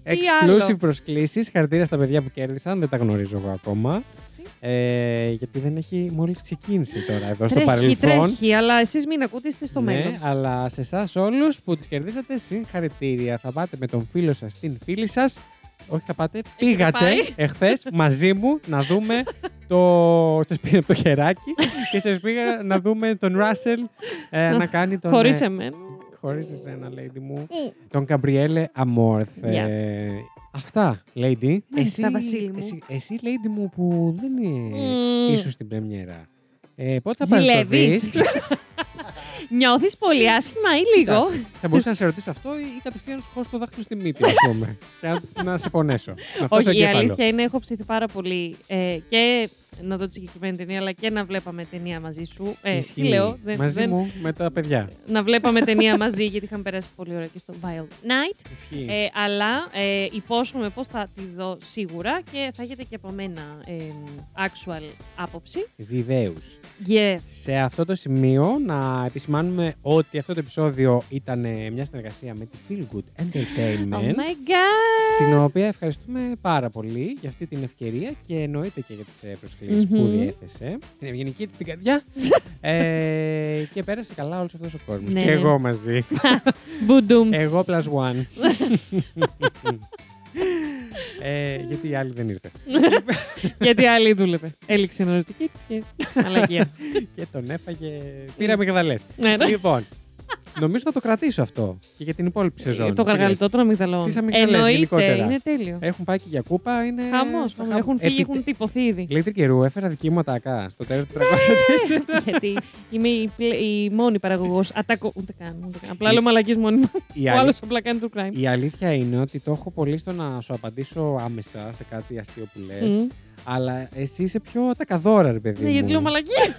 S1: exclusive
S2: άλλο?
S1: προσκλήσει. Χαρακτήρα στα παιδιά που κέρδισαν, δεν τα γνωρίζω εγώ ακόμα.
S2: Έτσι.
S1: Ε, γιατί δεν έχει μόλις ξεκίνησει τώρα εδώ στο
S2: Τρέχει,
S1: παρελθόν.
S2: τρέχει, αλλά εσείς μην ακούτε, είστε στο
S1: ναι,
S2: μέλλον.
S1: αλλά σε εσάς όλους που τις κερδίσατε, συγχαρητήρια. Θα πάτε με τον φίλο σας, την φίλη σας. Όχι, θα πάτε. Πήγατε
S2: πάει.
S1: εχθές μαζί μου να δούμε το. Σας πήρε το χεράκι και σας πήγα να δούμε τον Ράσελ ε, να κάνει τον.
S2: Χωρίς
S1: ε,
S2: εμένα.
S1: Χωρίς εσένα, lady μου.
S2: Μμμ.
S1: Τον Καμπριέλε Αμόρθ. ε,
S2: Yes.
S1: Αυτά, lady.
S6: τα Βασίλη μου.
S1: Εσύ, εσύ, lady μου, που δεν είναι
S2: Μμμ.
S1: ίσως στην πρεμιέρα. Ε, πότε θα πάρεις το
S2: Ζηλεύεις.
S1: δεις.
S2: Νιώθεις πολύ άσχημα ή λίγο.
S1: θα μπορούσα να σε ρωτήσω αυτό ή, ή κατευθείαν να σου χώσω το δάχτυλο στη μύτη, ας πούμε. και να- να σε πονέσω. Να φτάσω
S2: Όχι, η
S1: εγκέφαλο.
S2: αλήθεια είναι έχω ψηθεί πάρα πολύ ε, και να δω τη συγκεκριμένη ταινία, αλλά και να βλέπαμε ταινία μαζί σου. Ε, τι
S1: Ισχύει.
S2: λέω, δεν,
S1: Μαζί
S2: δεν-
S1: μου με τα παιδιά.
S2: να βλέπαμε ταινία μαζί, γιατί είχαμε περάσει πολύ ωραία και στο Wild Night.
S1: Ισχύει.
S2: Ε, αλλά ε, υπόσχομαι πως θα τη δω σίγουρα και θα έχετε και από μένα ε, actual άποψη.
S1: Βιδέους.
S2: Yes.
S1: Σε αυτό το σημείο να επισημάνουμε ότι αυτό το επεισόδιο ήταν ε, μια συνεργασία με τη Feel Good
S2: Oh
S1: Entertainment.
S2: my god!
S1: την οποία ευχαριστούμε πάρα πολύ για αυτή την ευκαιρία και εννοείται και για τις ε, προσκλήσεις που
S2: Μμμ.
S1: διέθεσε. Την ευγενική του την καρδιά. ε, και πέρασε καλά όλος αυτός ο κόσμος.
S2: Ναι,
S1: και
S2: ναι.
S1: εγώ μαζί.
S2: Μπουντούμς.
S1: εγώ plus one. ε, γιατί η άλλη δεν ήρθε.
S2: Γιατί άλλη δούλευε. Έληξε η ερωτική της και αλλαγία.
S1: και τον έφαγε. Πήραμε γδαλές.
S2: ναι, ναι.
S1: λοιπόν, νομίζω θα το κρατήσω αυτό και για την υπόλοιπη σεζόν.
S2: Ε, Το
S1: Τι λες?
S2: γαργαλιτό των αμυγδαλών.
S1: Τις αμυγδαλές
S2: Εννοείται,
S1: γενικότερα. Ε,
S2: είναι τέλειο.
S1: Έχουν πάει και για κούπα, είναι.
S2: Χαμός,
S1: στο
S2: χαμός.
S1: χαμό.
S2: Έχουν φύγει,
S1: Επιτε-
S2: έχουν Ναι! τυπωθεί ήδη.
S1: Λέει τρικερού, έφερα δική μου ατακά στο τέλος του 304.
S2: Γιατί είμαι η, πλε- η μόνη παραγωγός. Ατάκο. Ούτε καν. Ούτε καν. Απλά λέω μαλακής μόνη μου.
S1: Η
S2: Ο
S1: αλη-
S2: άλλος απλά κάνει true crime.
S1: Η αλήθεια είναι ότι το έχω πολύ στο να σου απαντήσω άμεσα σε κάτι αστείο που λες.
S2: Μμμ.
S1: Αλλά εσύ είσαι πιο ατακαδόρα, ρε παιδί.
S2: Ναι, γιατί
S1: μου.
S2: λέω μαλακίε.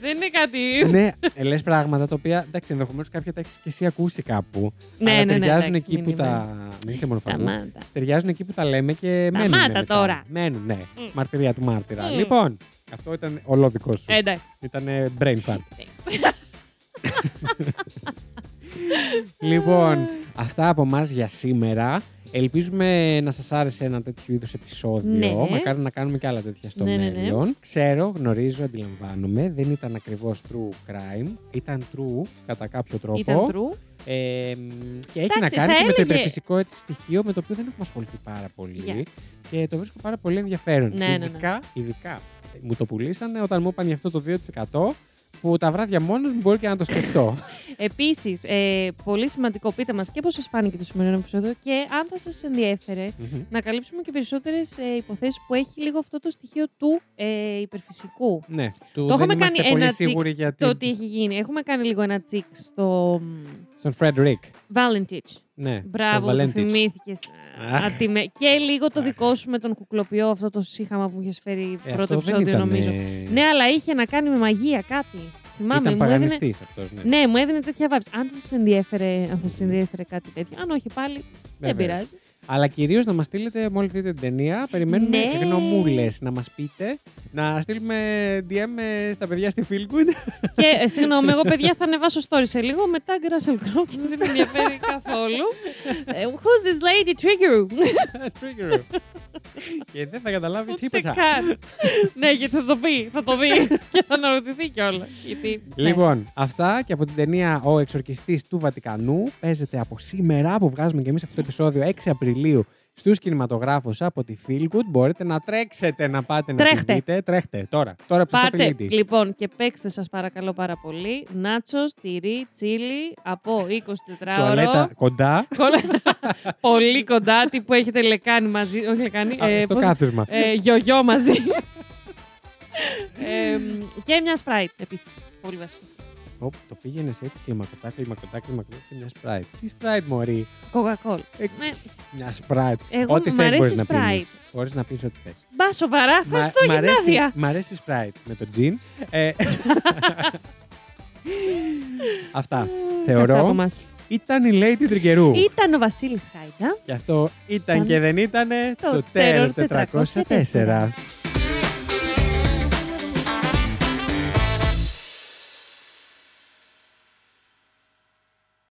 S2: Δεν είναι κάτι.
S1: Ναι, λες πράγματα τα οποία εντάξει, ενδεχομένως κάποια τα έχεις και εσύ ακούσει κάπου.
S2: Ναι,
S1: αλλά
S2: ναι, ναι,
S1: ταιριάζουν
S2: εντάξει,
S1: εκεί
S2: μην
S1: που τα. Μην σε μορφώνω. ταιριάζουν εκεί που τα λέμε και
S2: Τα
S1: μένουν.
S2: μάτα
S1: μετά.
S2: τώρα.
S1: Μένουν, ναι.
S2: Μμ.
S1: Μαρτυρία του μάρτυρα.
S2: Μμ.
S1: Λοιπόν, αυτό ήταν ολόδικό σου.
S2: Ε, Εντάξει.
S1: Ήταν brain fart. λοιπόν, αυτά από εμά για σήμερα. Ελπίζουμε να σας άρεσε ένα τέτοιο είδους επεισόδιο.
S2: Ναι.
S1: Μακάρι να κάνουμε και άλλα τέτοια στο
S2: Ναι, ναι, ναι.
S1: μέλλον. Ξέρω, γνωρίζω, αντιλαμβάνομαι. Δεν ήταν ακριβώς true crime. Ήταν true κατά κάποιο τρόπο.
S2: Ήταν true.
S1: Ε, μ, και έχει
S2: Εντάξει,
S1: να κάνει
S2: θα
S1: και με το
S2: έλεγε-
S1: υπερφυσικό έτσι, στοιχείο με το οποίο δεν έχουμε ασχοληθεί πάρα πολύ.
S2: Yes.
S1: Και το βρίσκω πάρα πολύ ενδιαφέρον.
S2: Ναι, ναι, ναι.
S1: ειδικά, ειδικά ε, μου το πουλήσανε όταν μου είπαν για αυτό το 2% που τα βράδια μόνος μου μπορεί και να το σκεφτώ.
S2: Επίσης, ε, πολύ σημαντικό, πείτε μας και πώς σας φάνηκε το σημερινό επεισόδιο και αν θα σας ενδιέφερε
S1: Μμμ.
S2: να καλύψουμε και περισσότερες ε, υποθέσεις που έχει λίγο αυτό το στοιχείο του ε, υπερφυσικού.
S1: ναι, του
S2: Το
S1: δεν
S2: είχαμε
S1: είμαστε
S2: κάνει
S1: πολύ
S2: ένα τσικ
S1: σίγουροι γιατί.
S2: Το ότι έχει γίνει. Έχουμε κάνει λίγο ένα τσικ στο
S1: Στον Φρέντρικ.
S2: Valentich.
S1: Ναι, τον
S2: Μπράβο, το
S1: Valentich.
S2: θυμήθηκες.
S1: Αχ.
S2: Και λίγο το δικό σου με τον κουκλοποιό, αυτό το σύχαμα που είχες φέρει
S1: Ε,
S2: πρώτο
S1: αυτό δεν
S2: επεισόδιο,
S1: ήταν,
S2: νομίζω.
S1: ε,
S2: Ναι, αλλά είχε να κάνει με μαγεία κάτι. Θυμάμαι,
S1: ήταν
S2: μου έδινε.
S1: παγανιστή αυτός. Ναι,
S2: Ναι, μου έδινε τέτοια vibes. Αν σας ενδιέφερε, αν σας ενδιέφερε κάτι τέτοιο. Αν όχι πάλι, δεν
S1: Βεβαίως.
S2: πειράζει.
S1: Αλλά κυρίως να μας στείλετε μόλι δείτε την ταινία. Περιμένουμε
S2: Ναι.
S1: ναι. γνωμούλες να μας πείτε. Να στείλουμε DM ε, στα παιδιά στη Feelgood.
S2: και ε, συγγνώμη, εγώ παιδιά θα ανεβάσω story σε λίγο. Μετά Russell Crowe που δεν με ενδιαφέρει καθόλου. Ε, Who's this lady trigger?
S1: Ε, Trigger. και δεν θα καταλάβει
S2: Ούτε
S1: τίποτα.
S2: καν. ναι, γιατί θα το πει, θα το δει και θα αναρωτηθεί κιόλας. Γιατί... ναι.
S1: Λοιπόν, αυτά και από την ταινία Ο Εξορκιστής του Βατικανού. Παίζεται από σήμερα που βγάζουμε και εμείς αυτό το επεισόδιο 6 Απριλίου στους κινηματογράφους από τη Feelgood. Μπορείτε να τρέξετε να πάτε να τη
S2: Τρέχτε.
S1: δείτε. Τρέχτε τώρα. Τώρα που σα
S2: Πάρτε,
S1: πιλίτη.
S2: λοιπόν, και παίξτε σας παρακαλώ πάρα πολύ. Νάτσος, τυρί, τσίλι, από 24
S1: Τουαλέτα
S2: ώρο.
S1: κοντά
S2: πολύ κοντά, τι που έχετε λεκάνη μαζί. Όχι λεκάνη,
S1: α,
S2: ε,
S1: στο
S2: πώς-
S1: κάθισμα.
S2: ε, γιογιό μαζί. Ε, και μια σπράιτ επίσης. Πολύ βασικό.
S1: Ωπ, το πήγαινες έτσι κλιμακωτά, κλιμακωτά, κλιμακωτά και μια σπράιτ. Τι σπράιτ, Μωρή.
S2: Coca-Cola.
S1: Ε,
S2: Με-
S1: Μια σπράιτ.
S2: Εγώ-
S1: ό,τι
S2: μ'
S1: θες
S2: αρέσει
S1: μπορείς να
S2: Sprite.
S1: πίνεις. Μπορείς να πίνεις ό,τι θες.
S2: Μπα σοβαρά, θα
S1: Μα-
S2: στο
S1: μ' αρέσει-
S2: γυμνάδια.
S1: Μ' αρέσει Sprite με το τζιν. Ε, Αυτά.
S2: Ε, Αυτά από
S1: Θεωρώ.
S2: μας.
S1: Ήταν η Lady Τριγκερού.
S2: Ήταν ο Βασίλης Χάιντα.
S1: Και αυτό ήταν
S2: Ήταν
S1: και δεν ήταν
S2: το
S1: το
S2: Terror
S1: Terror 404.